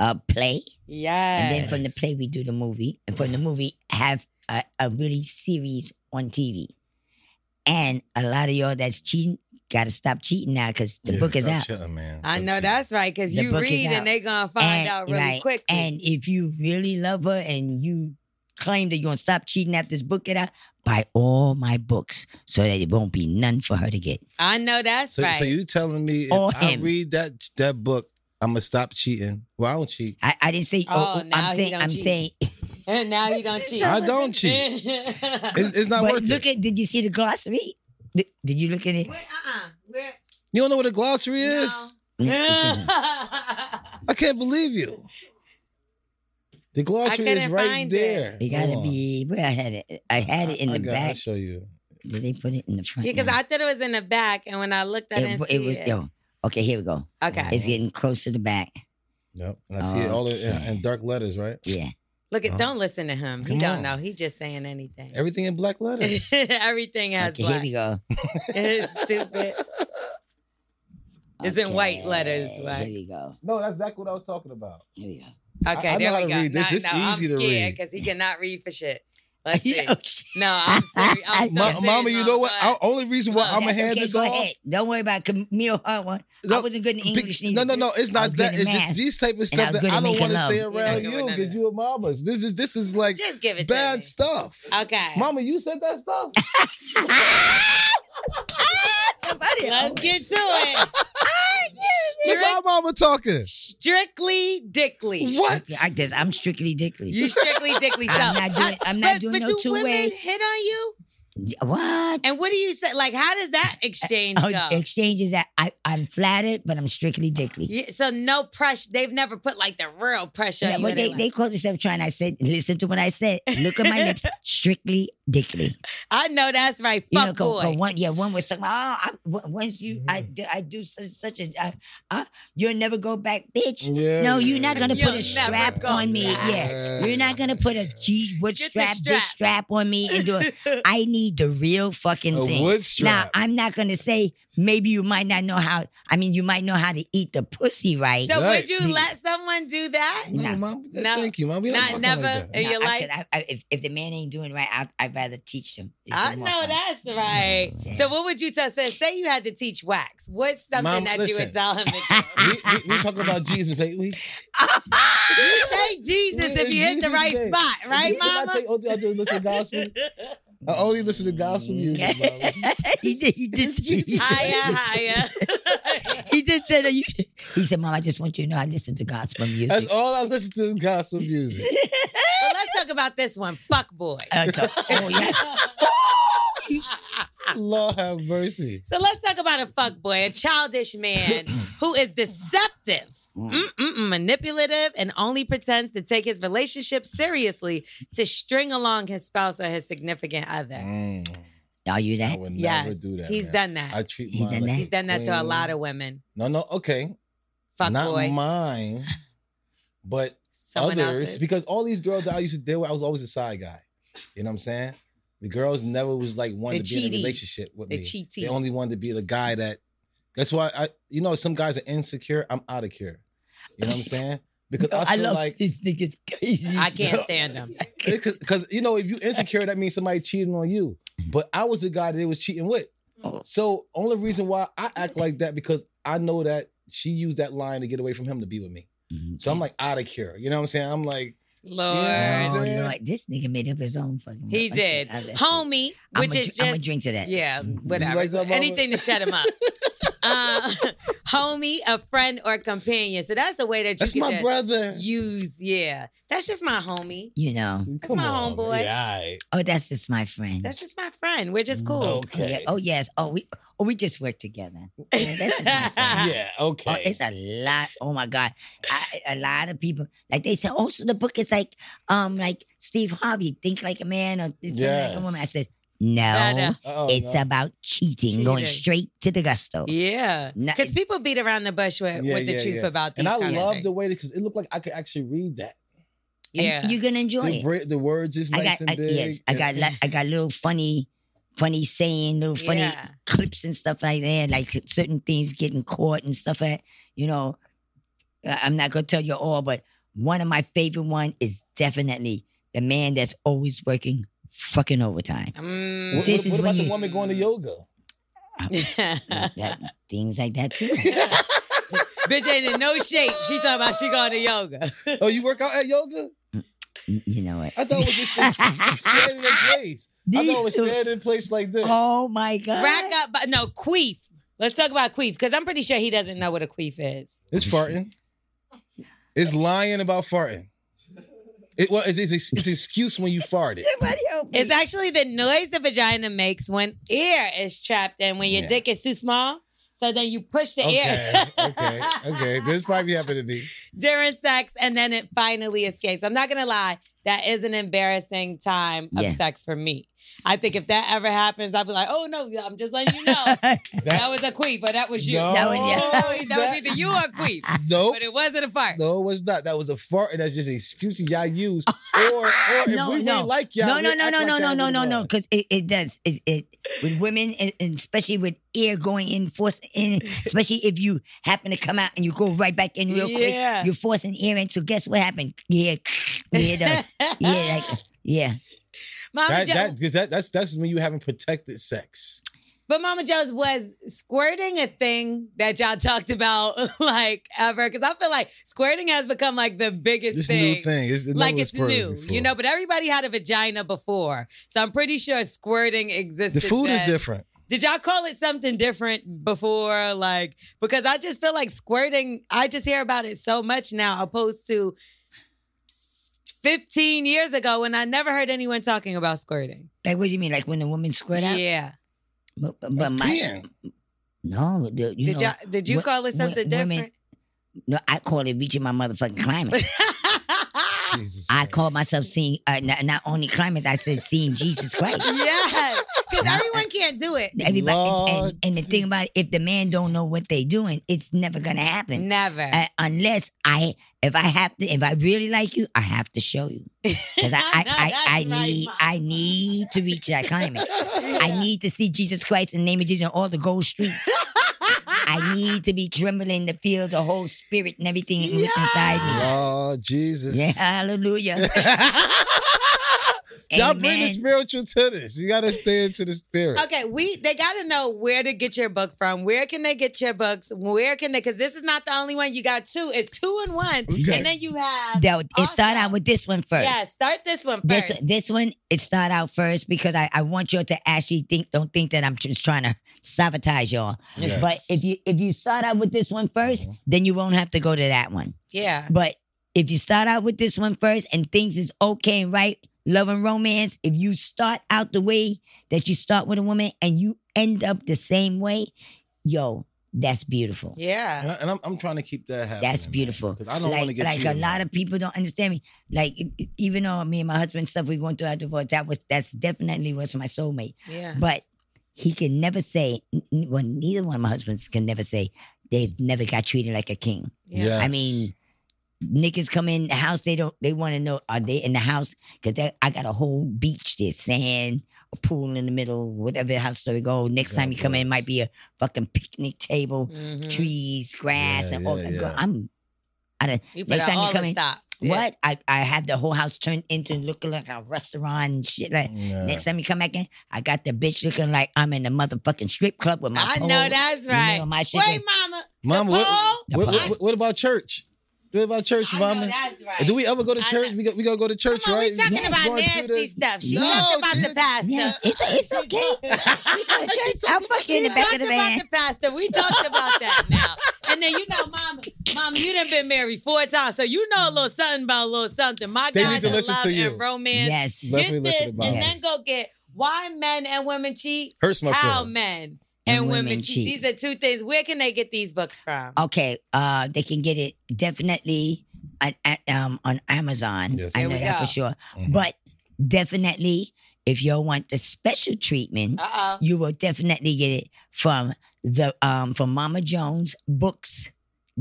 a play, Yeah. and then from the play we do the movie, and from the movie have a, a really series on TV. And a lot of y'all that's cheating got to stop cheating now because the Yeah, book is stop out. Cheating, man. I Stop know cheating. that's right, because The you book is read out. and they're gonna find out really quickly. And if you really love her and you claim that you're gonna stop cheating after this book get out, buy all my books so that it won't be none for her to get. I know that's So, right. so you telling me if Or I him. read that that book, I'm gonna stop cheating? Well, I don't cheat. I, I didn't say. Oh, Oh, now I'm he saying. don't I'm cheat. saying. and now you don't cheat. I don't cheat. It's, it's not but worth look it. at. Did you see the glossary? Did, did you look at it? Wait, uh-uh. Where? You don't know what a glossary No. is? I can't believe you. The glossary is couldn't right find it. there. It gotta Hold on. be where I had it. I had it in I- I the gotta back. show you. Did they put it in the front? because No. I thought it was in the back, and when I looked, I it, didn't it see was it. yo. Okay, here we go. Okay. It's getting close to the back. Yep. And I see it all in, in- in dark letters, right? Yeah. Look at. Oh. Uh-huh. Don't listen to him. He Come don't on. know. He just saying anything. Everything in black letters. Everything has Okay, here black. we go. it's stupid. It's in white letters, Okay, black. Here we go. no, that's exactly what I was talking about. Here we go. Okay, I know there how we to go. read this. This easy I'm to scared read. because he cannot read for shit. Let's see. Oh, shit. No, I'm serious. I'm so Ma- serious, Mama, you Mom, know what? but- I, only reason why Oh, I'm gonna That's hand okay, this go off. ahead. Don't worry about Camille Hart one. I No, wasn't good in be- English neither. No, no, no. It's I not was that. good at It's just math. these type of I stuff that was good at I don't making want to say love. around Yeah, you whatever. because you a mamas. This is this is like just give it to me. bad stuff. Okay. Mama, you said that stuff. Ah, Somebody else. Let's get to it. That's Strict, our mama talking. strictly dickly. What? Yeah, I guess I'm strictly dickly. You strictly dickly. So I'm not doing- I- I'm not but, doing but no do two women way. hit on you? what? And what do you say? Like, how does that exchange Oh, go? exchange is that I, I'm flattered, but I'm strictly dickly. Yeah, so no pressure. They've never put like the real pressure. Yeah, on you well, and they they, like- they call themselves trying. I said, listen to what I said. Look at my lips. Strictly dickly. I know that's right. You Fuck know, 'cause- boy. 'cause one, yeah, one was talking about, oh, I, w- once you, I Mm-hmm. do, I do such, such a, I, I, you'll never go back, bitch. Yeah. No, you're not gonna You'll put a never strap go on me. back. Yeah, you're not gonna put a G wood Get the strap, strap. big strap on me and do it. I need the real fucking A thing. wood strap. Now I'm not gonna say maybe you might not know how. I mean, you might know how to eat the pussy right. so Right. would you let someone do that? No, Nah. mom. th- No. Thank you, mom. We don't Not fuck never. Like that. in No, your I life? could- I- I- if, if the man ain't doing right, I, I'd rather teach him. It's I just know more fun. that's right. Yeah. So what would you tell? Say, say you had to teach wax. What's something Mom, that you listen. would tell him to do? We, we, we talk about Jesus, ain't we? you say Jesus We- if you hit the Jesus right day. spot, right, Can I Mama? tell you, I just listen to gospel. I only listen to gospel music, mama. he did. He did. He said, Higher, higher. he did say that you. should- He said, "Mom, I just want you to know I listen to gospel music." That's all I listen to is gospel music. well, let's talk about this one. Fuck boy. Okay. oh yeah. Uh, Lord have mercy. So let's talk about a fuck boy, a childish man who is deceptive, Mm. mm-mm-mm, manipulative, and only pretends to take his relationship seriously to string along his spouse or his significant other. Are you I that? would Mm, never Yes, do that. he's man. done that. I treat He's mine done like that? a He's done that to a queen. lot of women. No, no, okay. Fuck Not boy. mine, but Someone others. else's. Because all these girls that I used to deal with, I was always a side guy. You know what I'm saying? The girls never was like wanting The to be in a cheaty. relationship with The me. cheaty. They only wanted to be the guy that. That's why I, you know, some guys are insecure. I'm out of here. You know what I'm saying? Because I I feel love like this nigga's crazy. I can't stand him. because you know if you insecure that means somebody cheating on you but i was the guy that they was cheating with Oh. so only reason why i act like that because i know that she used that line to get away from him to be with me so i'm like out of here you know what i'm saying i'm like Lord. Yeah. Oh Lord, this nigga made up his own fucking. He mind. did. I left it. Homie, I'ma which dr- is I'ma just drink to that. Yeah, whatever. like that, Mama? Anything to shut him up. uh, homie, a friend, or companion. So that's a way that you that's can my just brother use. Yeah, that's just my homie. You know. That's my homeboy. yeah, all right. Oh, that's just my friend. That's just my friend. We're Mm, just cool. Oh, yeah. okay Oh yes. Oh we. Oh we just work together. Yeah, that's just my friend. yeah okay Oh, it's a lot. Oh my God, I, a lot of people like they said. Also, the book is like, um, like Steve Harvey, think like a man or think like a woman. I Yes. said, no, No, Uh-oh, it's no. about cheating, going Cheating. straight to the gusto. Yeah, No, because it- people beat around the bush with, Yeah, with the yeah, truth yeah. about these. and i kind of love things. the way because it looked like i could actually read that And Yeah, you're gonna enjoy the, it. bra- the words is I nice got and I, big yes, I got and- li- I got little funny, funny saying, little funny Yeah. clips and stuff like that. Like certain things getting caught and stuff. Like, you know, I- I'm not gonna tell you all, but one of my favorite one is definitely the man that's always working fucking overtime. Mm. What- what, This is what when about the you- woman going to yoga that, things like that too. Bitch ain't in no shape. She talking about she going to yoga. oh you work out at yoga you know what? I thought it was just just standing in place. I thought it was These two- standing in place like this. Oh my god! Rack up, but no queef. Let's talk about queef because I'm pretty sure he doesn't know what a queef is. It's farting. It's lying about farting. It, well, it's, it's, it's an excuse when you farted. Somebody help me. It's actually the noise the vagina makes when air is trapped and when your Yeah. dick is too small. So then you push the Okay, air okay, okay. This probably happened to me. during sex and then it finally escapes. I'm not going to lie. That is an embarrassing time of Yeah. sex for me. I think if that ever happens, I'll be like, oh no, I'm just letting you know. that was a queef, but that was you. Oh, No, That was- yeah. that was that- either you or a queef. Nope. But it wasn't a fart. No, it was not. That was a fart, and that's just an excuse y'all use. Or, or if No, we no. ain't like y'all, No, no, we no, act no, like y'all no, no, no, really no, no, was. because it, it does. It, it with women, and, and especially with air going in, force in, especially if you happen to come out and you go right back in real Yeah. quick, you're forcing air in. So guess what happened? Yeah, yeah, the, yeah, like, yeah. Mama That, Joe, that, 'cause that, that's that's when you haven't protected sex. But Mama Joe's was squirting a thing that y'all talked about like ever? Because I feel like squirting has become like the biggest This thing. new thing, it's, it Like never it's was new, before. you know. But everybody had a vagina before, so I'm pretty sure squirting The existed. food is then. different. Did y'all call it something different before? Like because I just feel like squirting. I just hear about it so much now, opposed to 15 years ago when I never heard anyone talking about squirting. Like, what do you mean? Like when a woman squirt out? Yeah. But, but That's my peeing. no, the, you did know, y'all, did you wo- call it wo- something women- different? No, I call it reaching my motherfucking climax. Jesus I Christ. call myself seeing uh, not, not only climax. I said seeing Jesus Christ. yeah, because everyone can't do it. Everybody, and, Lord. and, and the thing about it, if the man don't know what they doing, it's never gonna happen. Never. Uh, unless I, if I have to, if I really like you, I have to show you because I, I, No, I, that's I right, need, Mom. I need to reach that climax. I need to see Jesus Christ in the name of Jesus on all the gold streets. I need to be trembling to feel the whole spirit and everything in- inside me. Lord Jesus. Yeah, hallelujah. Y'all bring the Amen. spiritual to this. You gotta stay into the spirit. okay, we they got to know where to get your book from. Where can they get your books? Where can they? Because this is not the only one. You got two. It's two in one, Okay. and then you have. Now, it start also- out with this one first. Yeah, start this one first. This this one it start out first because I, I want y'all to actually think don't think that I'm just trying to sabotage y'all. Yes. But if you if you start out with this one first, then you won't have to go to that one. yeah. But if you start out with this one first and things is okay and right, love and romance, if you start out the way that you start with a woman and you end up the same way, yo, that's beautiful. Yeah. And, I, am I'm trying to keep that happening. That's man, beautiful. 'cause I don't like, want to get like you a lot of people don't understand me. Like e- e- even though me and my husband stuff we going through our divorce, that was that's definitely was my soulmate. Yeah. But he can never say. n- n- Well, neither one of my husbands can never say they've never got treated like a king. Yeah. Yes. I mean, niggas come in the house. They don't. They want to know are they in the house? Because I got a whole beach. There's sand, a pool in the middle, whatever the house story go. Next time you come in, it might be a fucking picnic table, Mhm. trees, grass, Yeah, and all. Mm-hmm. yeah, that. Girl, yeah. I'm. I done, You put next out time all you come the in, stops. Yeah. what? I, I have the whole house turned into looking like a restaurant and shit. Like Yeah. next time you come back in, I got the bitch looking like I'm in the motherfucking strip club with my I pole. know that's You right. know, my shit Wait, go- Mama. Mama, the what, pole? what, The what- pole. what about church? What about church, I know Mama? that's right. Do we ever go to I church? know- We go, we gonna go to church, Come on, right? we talking Yes. about Going through nasty the- stuff. She No, talked about the she- pastor. Yes, it's, it's okay. we go to church. I'm fucking in the back talked of the about van. the pastor. We talked about that now. And then you know, mom, mom, you done been married four times, so you know a little something about a little something. My They need guys to in listen love to you. and romance. Yes. Let Get me this listen and about it. then go get why men and women cheat. Hurts my how feelings. men and, And women, women cheat. cheat. These are two things. Where can they get these books from? Okay, uh, they can get it definitely on, at, um, on Amazon. Yes. I There know we that go. Mm-hmm. for sure. But definitely, if y'all want the special treatment, Uh oh. you will definitely get it from the um from Mama Jones Books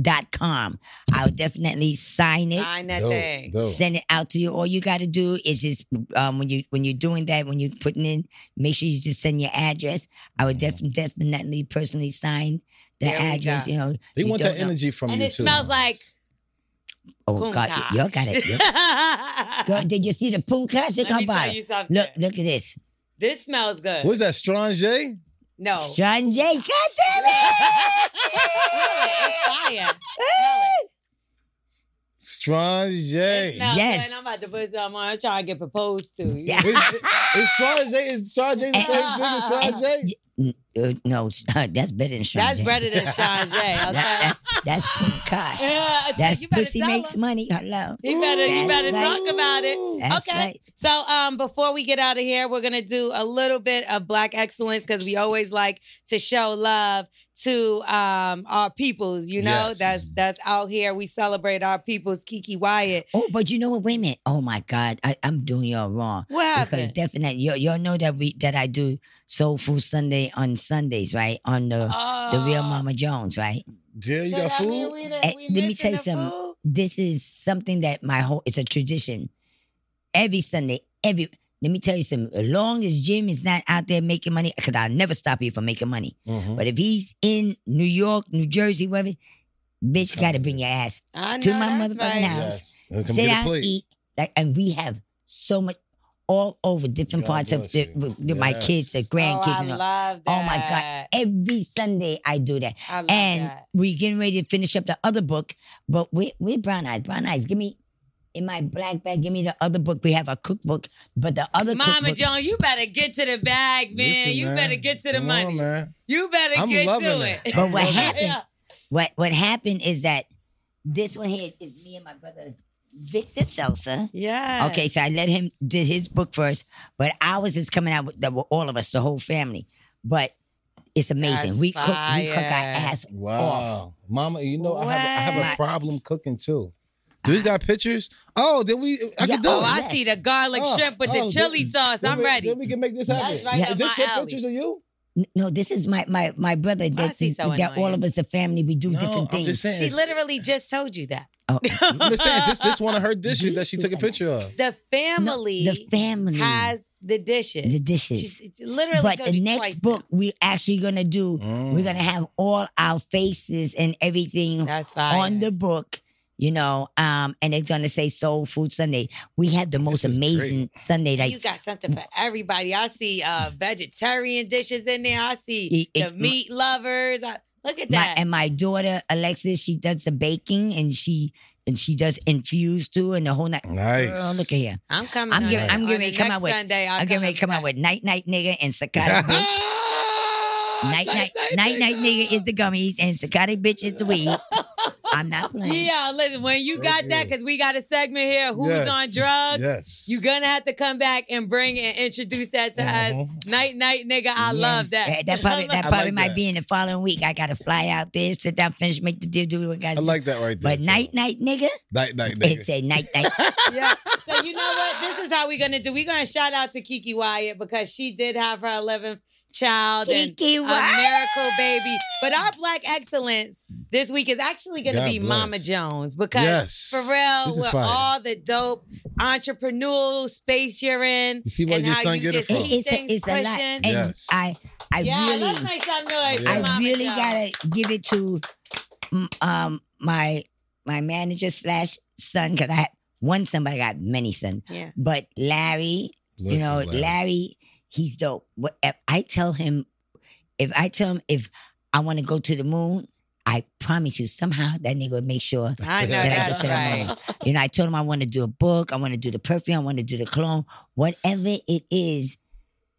dot com. I'll definitely sign it. Find that Dope, thing. dope. Send it out to you. All you got to do is just um, when you when you're doing that, when you're putting in, make sure you just send your address. I would def- definitely personally sign the There we address. go. You know, They you want don't that know- energy from And you it too. smells like Oh God, punkash. y'all got it. Yep. Girl, did you see the punkash? Let Look how me tell bottom. you something. Look, look at this. This smells good. What's that, Strange? no. Strange, God damn it! Smell it. It's fire. Strange. It smells Yes. good. I'm about to put some on. I'm trying to get proposed to. Yeah. Is, is Strange is Strange the same thing as And- Strange? n- uh, no, that's better than Sean. That's better than Sean Jay. Okay. That, that, that's gosh. Yeah, I- That's you better pussy tell makes him. money. Hello. You better, you That's better right. talk about it. That's okay. right. So, um, before we get out of here, we're gonna do a little bit of Black excellence because we always like to show love to um our peoples. You know, Yes. that's that's out here. We celebrate our peoples. Kiki Wyatt. Oh, but you know what? Wait a minute. Oh my God, I, I'm doing y'all wrong. What happened? Because definitely, y'all, y'all know that we that I do Soul Food Sunday on Sundays, right? On the the real Oh. Mama Jones, right? Yeah, you So got that mean food? we done- Eh, we let me missing tell you the something. food? This is something that my whole it's a tradition. Every Sunday, every let me tell you something. As long as Jim is not out there making money, because I'll never stop you from making money. Mhm. But if he's in New York, New Jersey, wherever, bitch, you got to bring your ass. I know To my that's motherfucking right. house. Yes. Come sit get a down, plate. eat. Like, and we have so much all over different God parts of bless the, you. with- with my Yes. kids, the grandkids. Oh, I and all. love that. Oh my God. Every Sunday I do that. I love and that. we getting ready to finish up the other book, but we we brown eyes, brown eyes. Give me in my black bag. Give me the other book. We have a cookbook, but the other Mama cookbook, Joan, you better get to the bag, man. Listen, you man. better get to the Come on, money. man. You better I'm get to loving it. it. But what Yeah. happened? What what happened is that this one here is me and my brother Victor Seltzer. Yeah. Okay, so I let him did his book first, but ours is coming out with the, with all of us, the whole family. But it's amazing. That's we cook, we cook our fire. ass Wow. off. Mama, you know, I have, I have What? a problem cooking too. Do these got pictures? Oh, then we, I Yeah, can do Oh, it. I Yes. see the garlic Oh, shrimp with oh, the chili then- sauce. Then I'm we- ready. Then we can make this happen. That's right Is up this my your alley. pictures of you? N- No, this is my my my brother. That, is he so that all annoying? of us, a family, we do different I'm just things. saying. She literally just told you that. Oh, I'm just saying, it's just this one of her dishes that she took a picture of. The no, family, the family has the dishes. The dishes. She's she literally But told the you next twice book now. we're actually gonna do, Mm. we're gonna have all our faces and everything That's fine. on the book, you know, um, and it's gonna say Soul Food Sunday. We have the most is amazing Sunday. Like you got something for everybody. I see uh, vegetarian dishes in there. I see It- it- the meat lovers. I, look at my, that. and my daughter Alexis, she does the baking and she and she does infused too and the whole night. Nice. Girl, look at here. I'm coming. I'm on getting the- I'm on getting the ready to come next out with Sunday. I'll I'm getting come ready to come out with night night nigga and psychotic bitch. Night night night night nigga is the gummies and psychotic bitch is the weed. I'm not playing. Yeah, listen, when you got that, because we got a segment here, who's Yes. on drugs? Yes. You're gonna have to come back and bring and introduce that to us. Mhm. Night, night, nigga. I Yes. love that. Eh, That probably that I probably like might that. be in the following week. I gotta fly out there, sit down, finish, make the deal, do what I gotta I do. like that right there. but night night nigga, night, night, night. it say night night. yeah. So you know what? This is how we're gonna do. We're gonna shout out to Kiki Wyatt because she did have her 11th child Kiki and a Wyatt! miracle baby. But our black excellence this week is actually gonna God be bless. Mama Jones because Yes. for real, This is with fire. all the dope entrepreneurial space you're in, You see where and your how son you get it just from. keep It- it's things a, it's a lot. pushing. And Yes. I I yeah, really let's make some noise. for Yeah. I Mama really Jones. gotta give it to mm, um my my manager slash son because I had one son, but I got many sons. Yeah. But Larry, you Bless know, his Larry. life. he's dope. What if I tell him, if I tell him if I want to go to the moon, I promise you somehow that nigga would make sure. I know that I get that's to the right. moon. You know, I told him I want to do a book, I want to do the perfume, I want to do the cologne, whatever it is,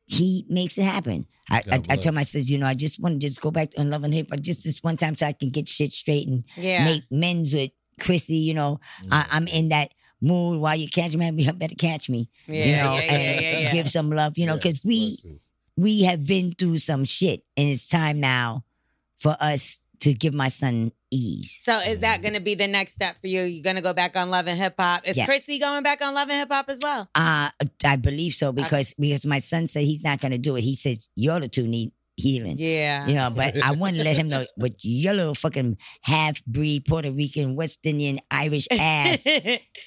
he makes it happen. I, I, God I tell him, I bless. says, you know, I just want to just go back to love and hip hop just this one time so I can get shit straight and Yeah. make men's with Chrissy. You know, Mm. I, I'm in that mood. While you catch me, you better catch me. yeah, you know, yeah, yeah, and yeah, yeah. give some love. You know, because we we have been through some shit, and it's time now for us to give my son ease. So is that going to be the next step for you? You're going to go back on Love and Hip Hop. Is Yeah. Chrissy going back on Love and Hip Hop as well? Uh, I believe so because because my son said he's not going to do it. He said y'all the two need healing. Yeah. You know, but I want to let him know what your little fucking half breed Puerto Rican, West Indian, Irish ass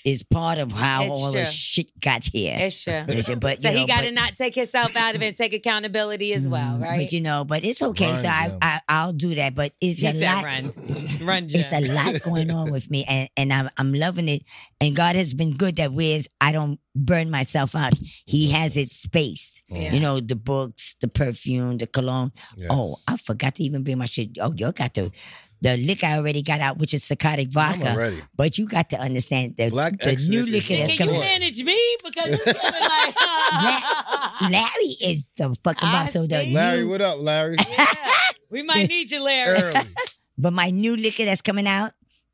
is part of how It's all true. this shit got here. it's true. It's your- but So you he know, got but- Mm-hmm. to not take himself out of it and take accountability as well, right? But you know, but it's okay. so Run, I, Jim. I I'll do that. But it's he a said lot. run. Run, Jim. It's a lot going on with me, and and I'm I'm loving it. And God has been good that whereas I don't burn myself out, He has it spaced. Yeah. You know, the books, the perfume, the cologne. Oh, I forgot to even bring my shit. Oh, y'all got to the liquor I already got out, which is psychotic vodka. I'm already. But you got to understand the, Black the new Exodus is liquor Can you going that's coming. on. manage me? Because you're feeling like. Larry is the fucking I boss. So the see. Larry, new- what up, Larry? Yeah. We might need you, Larry. Early. But my new liquor that's coming out,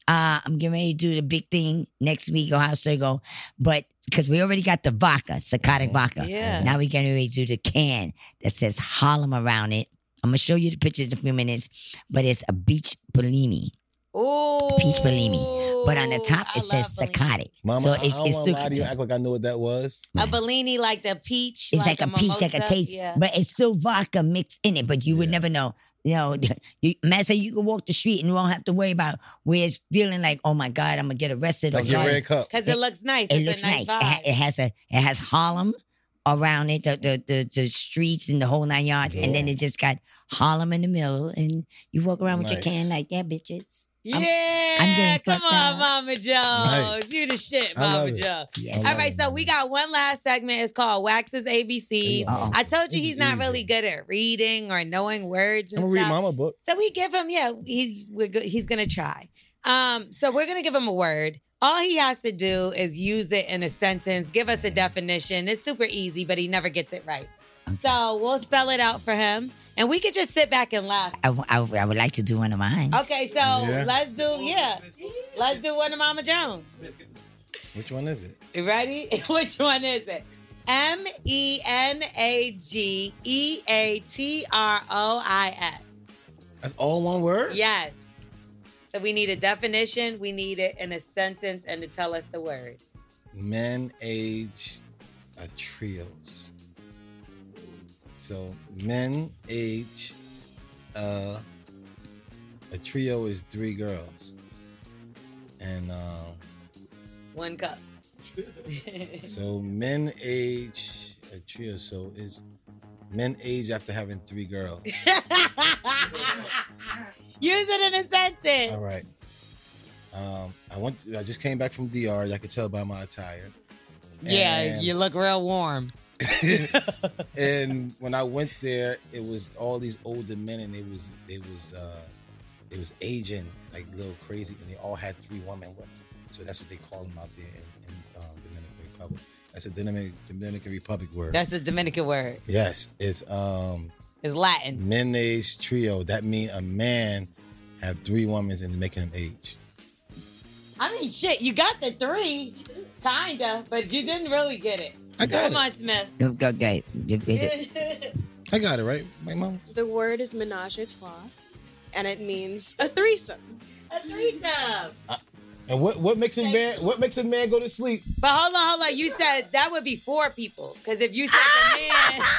uh, I'm getting ready to do the big thing next week, Ohio State go. But because we already got the vodka, psychotic vodka. Oh, Yeah. Now we're getting ready to do the can that says Harlem around it. I'm gonna show you the pictures in a few minutes, but it's a beach bellini. Ooh. Peach Bellini. But on the top I it says love Bellini. psychotic. Mama, so I, I it's don't it's wanna still lie to you. contain- Act like I know what that was. A Bellini, like the peach. it's like, a, peach, like a mimosa. taste, Yeah. but it's still vodka mixed in it. But you would Yeah. never know. You know, you, matter of fact, you can walk the street and you won't have to worry about where it's feeling like, oh my God, I'm gonna get arrested. Like or your God, red cup. Because it, looks nice. It it's looks a nice. nice, It, ha- vibe. it has a it has Harlem around it, the the, the, the streets and the whole nine yards, and then it just got Harlem in the middle, and you walk around with your can Nice. like, yeah, bitches. I'm- yeah, I'm getting come fucked on, up. Mama Jones. Nice. You the shit, I love Mama it. Jones. Yes. All right, so we got one last segment. It's called Wax's ABCs. Uh-oh. I told you he's not Easy. really good at reading or knowing words I'm and gonna stuff. read Mama book. So we give him, yeah, he's we're go- he's gonna try. Um, so we're gonna give him a word. All he has to do is use it in a sentence, give us a definition. It's super easy, but he never gets it right. So we'll spell it out for him, and we could just sit back and laugh. I, w- I w- I would like to do one of mine. Okay, so Yeah. let's do yeah, let's do one of Mama Jones. Which one is it? You ready? Which one is it? M E N A G E A T R O I S. That's all one word. Yes. So we need a definition. We need it in a sentence and to tell us the word. Men age a trios. So men age uh a trio is three girls. And um One cup. so men age a trio, so is men age after having three girls. Use it in a sentence. All right. Um, I went. I just came back from DR. Y'all can tell by my attire. Yeah, And- you look real warm. and when I went there, it was all these older men, and it was they was uh, they was aging like a little crazy, and they all had three women. with them. So that's what they call them out there in, in um, Dominican Republic. That's a Dominican Dominican Republic word. That's a Dominican word. yes, it's um, It's Latin. menes trio. That mean a man have three women and making them age. I mean, shit, you got the three, kinda, but you didn't really get it. I Come got it. on, Smith. Go, go, go. You- you- you- I got it right, my mom. The word is menage a trois, and it means a threesome. a threesome. And what what makes a man what makes a man go to sleep? But hold on, hold on. You said that would be four people. Because if you said the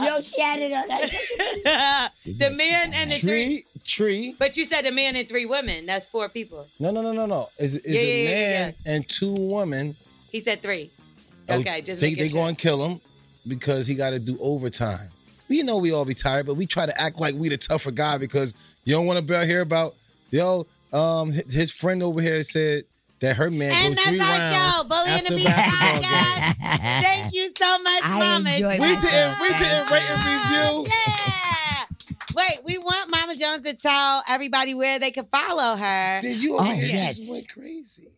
man, Yo, she had it on that. the man and the three. Tree, tree. But you said a man and three women. That's four people. No, no, no, no, no. Is is Yeah, a yeah, yeah, yeah, man and two women? He said three. oh, Okay, just they making they sure. go and kill him because he got to do overtime. We know we all be tired, but we try to act like we the tougher guy because you don't want to hear about yo. Um, hi- his friend over here said that her man And goes that's three our rounds show, Bully and the after Beast basketball Oh, Podcast. game. Thank you so much, I Mama. enjoyed We myself. didn't we didn't rate and review. Yeah. Wait, we want Mama Jones to tell everybody where they can follow her. Then you over Oh, here yes. just went crazy.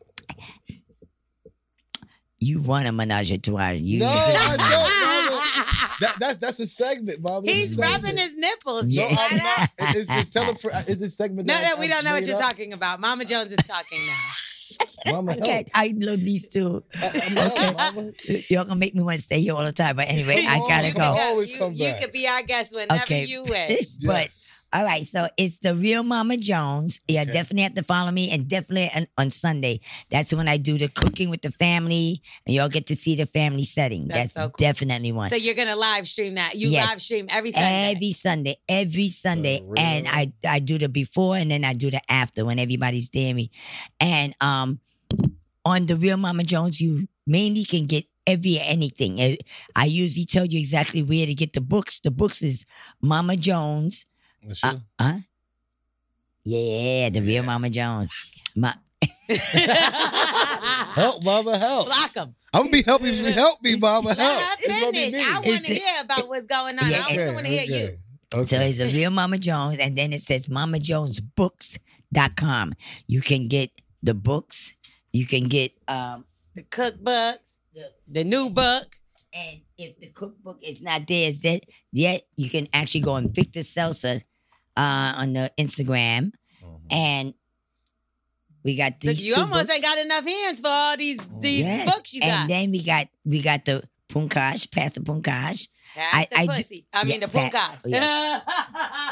You want a menage a trois. You No, I don't. No, no. Ah, That, that's that's a segment, Bobby. He's That's a rubbing segment. his nipples. No, Yeah. I'm not. Is this tele- Is this segment? No, that no, we don't know what you're I'm talking about. Mama Jones is talking now. Mama, Okay, help. I love these two. Okay. Mama, Y'all gonna make me want to stay here all the time, but anyway, I gotta You go. can always you, come you back. could be our guest whenever Okay. you wish. But All right, so it's the real Mama Jones. Yeah, Okay. definitely have to follow me, and definitely on, on Sunday. That's when I do the cooking with the family, and y'all get to see the family setting. That's That's, so cool. definitely one. So you're gonna live stream that. You Yes. live stream every Sunday. every Sunday, every Sunday, real. and I I do the before, and then I do the after when everybody's there. Me, and um, on the real Mama Jones, you mainly can get every anything. I- I usually tell you exactly where to get the books. The books is Mama Jones. That's Uh, you. huh? Yeah, the real Mama Jones. Ma- help, Mama, help. Block them. I'm gonna be helping you. Help me, Mama, Let help. her It's gonna be finish. I me. want to Is it- hear about what's going on. Yeah, I it- don't want to hear you. Okay. So it's a real Mama Jones, and then it says Mama Jones books. com. You can get the books. You can get um The cookbooks, the, the new book. and if the cookbook is not there is it yet, you can actually go on Victor Seltzer uh on the Instagram Mm-hmm. and we got Look, these. you two almost books. Oh, ain't got enough hands for all these these Yes. books you got. And then we got we got the Punkash, Pastor Punkash. That's I- the I do- pussy. I mean yeah, the punkage. that- oh,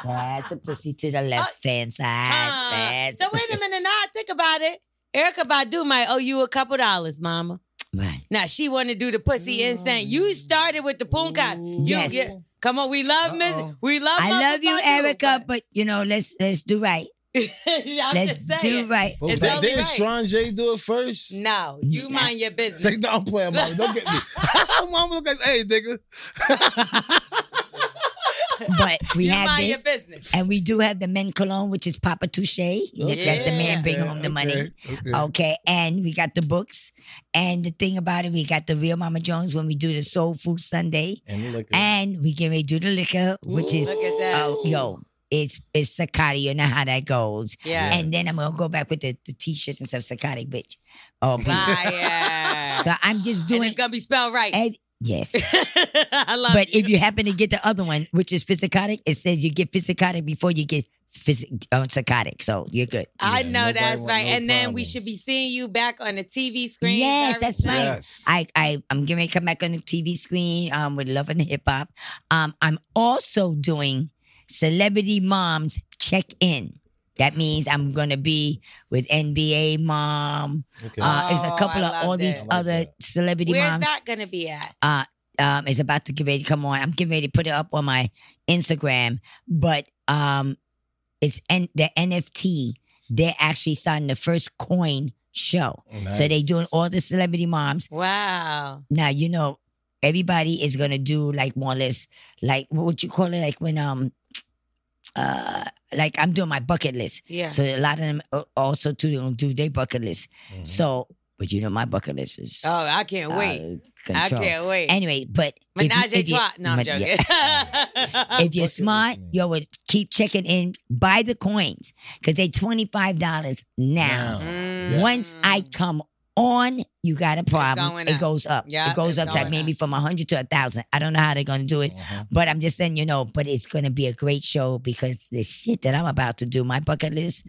That's the pussy to the left hand side. Uh, Huh. That's Uh, so wait a minute. Now I think about it. Erica Badu might owe you a couple dollars, Mama. Right. Now she want to do the pussy instant. You started with the punkage. You- Mm. Yes. yeah. Come on, we love Miss. Uh-oh. We love. I Mother love you, Badu, Erica, but you know, let's let's do right. I'm let's just saying. do right. But It's did- only did right. Strong J do it first? No, you Nah. mind your Say, business. no, I'm playing, mama. Don't get me. mama look at, hey, nigga. But we you have mind this. your business. And we do have the men cologne, which is Papa Touche. Oh, That's the man bring Okay, home the money. Oh, okay, okay. Okay, and we got the books. And the thing about it, we got the real Mama Jones when we do the Soul Food Sunday. And look at- And we can redo the liquor, which is Look at that. oh yo, it's it's psychotic. You know how that goes. yeah. And then I'm gonna go back with the, the t-shirts and stuff, psychotic bitch. Oh, bitch. Fire. so I'm just and doing. it's gonna be spelled right. ev- yes, I love but you. if you happen to get the other one, which is physicotic, it says you get physicotic before you get physic um, psychotic. So you're good. I Yeah, know nobody that's want right. no and then we problems. should be seeing you back on the TV screen. Yes, very that's soon. right. Yes. I, I I'm gonna come back on the TV screen um, with Love and Hip Hop. Um, I'm also doing Celebrity Moms Check In. That means I'm gonna be with NBA Mom. Okay. Uh, it's Oh, a couple I of love all these that. I like other that. celebrity Where's moms. that gonna be at? Uh, um, is about to get ready to come on. I'm getting ready to put it up on my Instagram, but um, it's N- the NFT. They're actually starting the first coin show. So they doing all the celebrity moms. Wow. Now you know everybody is gonna do like more or less like what would you call it like when um uh like I'm doing my bucket list. Yeah. So a lot of them a- also too don't do their bucket list. Mhm. So but you know my bucket list is Mm-hmm. oh, I can't uh, wait. I control. can't wait. Anyway, but if you- Menage a if you- trois. No, I'm but yeah. joking. if you're Bucket list smart, means- you would keep checking in, buy the coins because they twenty five dollars now. Mm. Once I come on, you got a problem. going It up. goes up. Yeah, it it's goes up to going maybe up. Uh-huh. from a hundred to a thousand. I don't know how they're gonna do it, but I'm just saying, you know. But it's gonna be a great show because the shit that I'm about to do, my bucket list,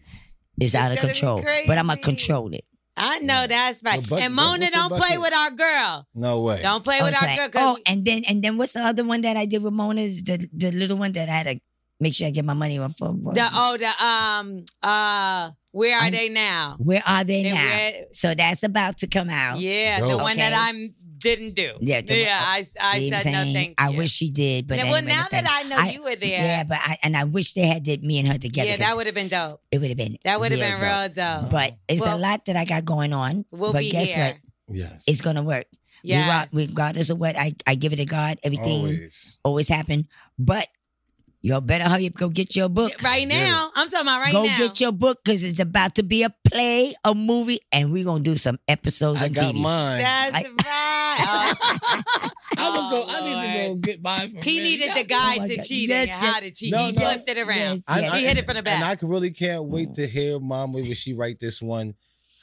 is out of gonna be control. But I'm gonna crazy. control it. I know that's right. Your bucket- and Mona, what's your don't play bucket? with our girl. No way. Don't play Oh, with it's our like- girl. 'cause oh, we- and then and then what's the other one that I did with Mona? Is The the little one that I had to make sure I get my money off. of. the oh the um uh where are I'm- they now? Where are they They now? were- so that's about to come out. Yeah, the Dope. one that Okay. I didn't do. Yeah, the- yeah. I, I See what I'm said no saying? thank I you. wish she did, but Now- anyway, well, now that thank- I know you were there. Yeah, but I and I wish they had did me and her together. yeah, 'cause that would have been dope. it would have been That would have been dope. real dope. But it's Well, a lot that I got going on. We'll but be guess here. what? Yes. It's gonna work. We Yeah. rock- Regardless of what, I, I give it to God. Everything always, Always. happen. But y'all better hurry up. Go get your book. Right now. I'm talking about right go now. get your book because it's about to be a play, a movie, and we're gonna do some episodes I on got TV. mine. That's right. I'm gonna go. Oh, I need to go Lord. get mine. From he Mary. needed Yeah. the guide Oh my to God. cheat Yes, and how yes. to cheat. No, he no. flipped it around. Yes, yes. He hit it from the back. And I c- really can't wait to hear mom when she write this one.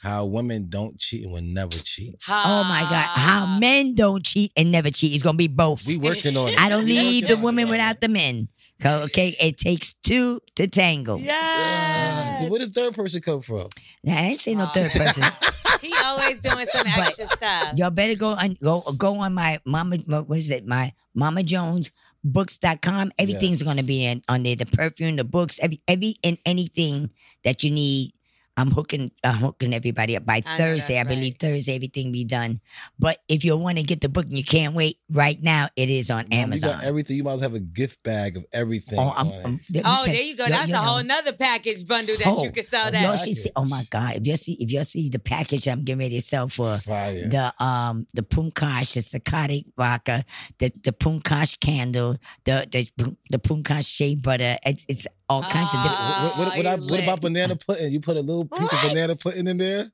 How women don't cheat and will never cheat. Oh my God. How men don't cheat and never cheat. It's going to be both. We working on. it. I don't We leave working the on it, woman mama. without the men. 'Cause, Okay. It takes two to tango. Yeah. Yes. Where did third person come from? Now, I ain't say no Oh. third person. he always doing some extra stuff. Y'all better go on, go, go on my mama, my- what is it? My Mama Jones books.com. Everything's Yes. going to be in, on there. The perfume, the books, every, every, and anything that you need. I'm hooking, I'm hooking everybody up by I know Thursday. I that's believe right. Thursday everything be done. But if you want to get the book and you can't wait, right now it is on Mom, You Amazon. got everything. You might as well have a gift bag of everything. Oh, I'm, on it. I'm, let me Oh, tell there you go. y'all- That's y'all a whole know. nother package bundle that Oh, you can sell Y'all that. should see. Oh my God! If you see, if you see the package I'm getting ready to sell for fire. the um the punkash, the psychotic vodka, the the punkash candle, the the the punkash shea butter. It's it's all kinds of what, different. what, what, Oh, what, I- you what about lit. banana pudding? You put a little piece What? of banana pudding in there.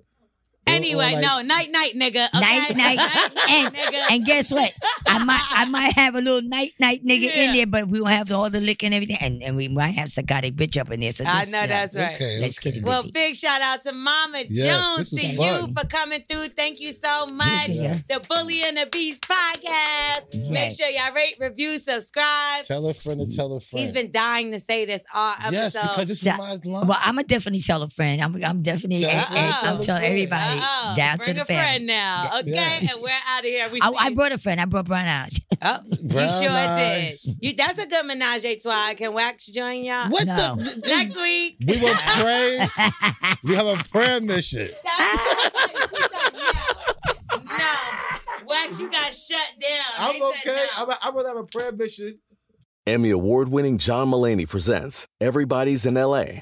Anyway, like- no, night, night, nigga. Ah, Okay? oh, Night, night, and nigga. and guess what? I might I might have a little night night nigga Yeah. in there, but we will have all the liquor and everything, and, and we might have psychotic bitch up in there. So I this, know uh, that's right. Okay, Let's okay. get it Well, busy. big shout out to Mama Yes, Jones this to is you fun. for coming through. Thank you so much. Yeah. The Bully and the Beast podcast. Make Yes. sure y'all rate, review, subscribe. Tell a friend to tell a friend. He's been dying to say this all episode. yes, because this is Yeah. my line. Well, I'm gonna definitely tell a friend. I'm I'm definitely eh, Tell and- a and friend. I'm telling everybody Uh-oh. down Uh-uh. Bring to the a friend family. now, okay? Yes. And we're out of here. We I, see I you. brought a friend. I brought Brown Eyes. Oh, you Brown sure eyes. did. You, that's a good menage a trois. Can Wax join y'all What No. the? Uh, next week? We will pray. we have a prayer mission. Ah. That's- she said no. No. Wax, you got shut down. I'm They said okay. no. I'm, I would have a prayer mission. Emmy award winning John Mullaney presents Everybody's in LA,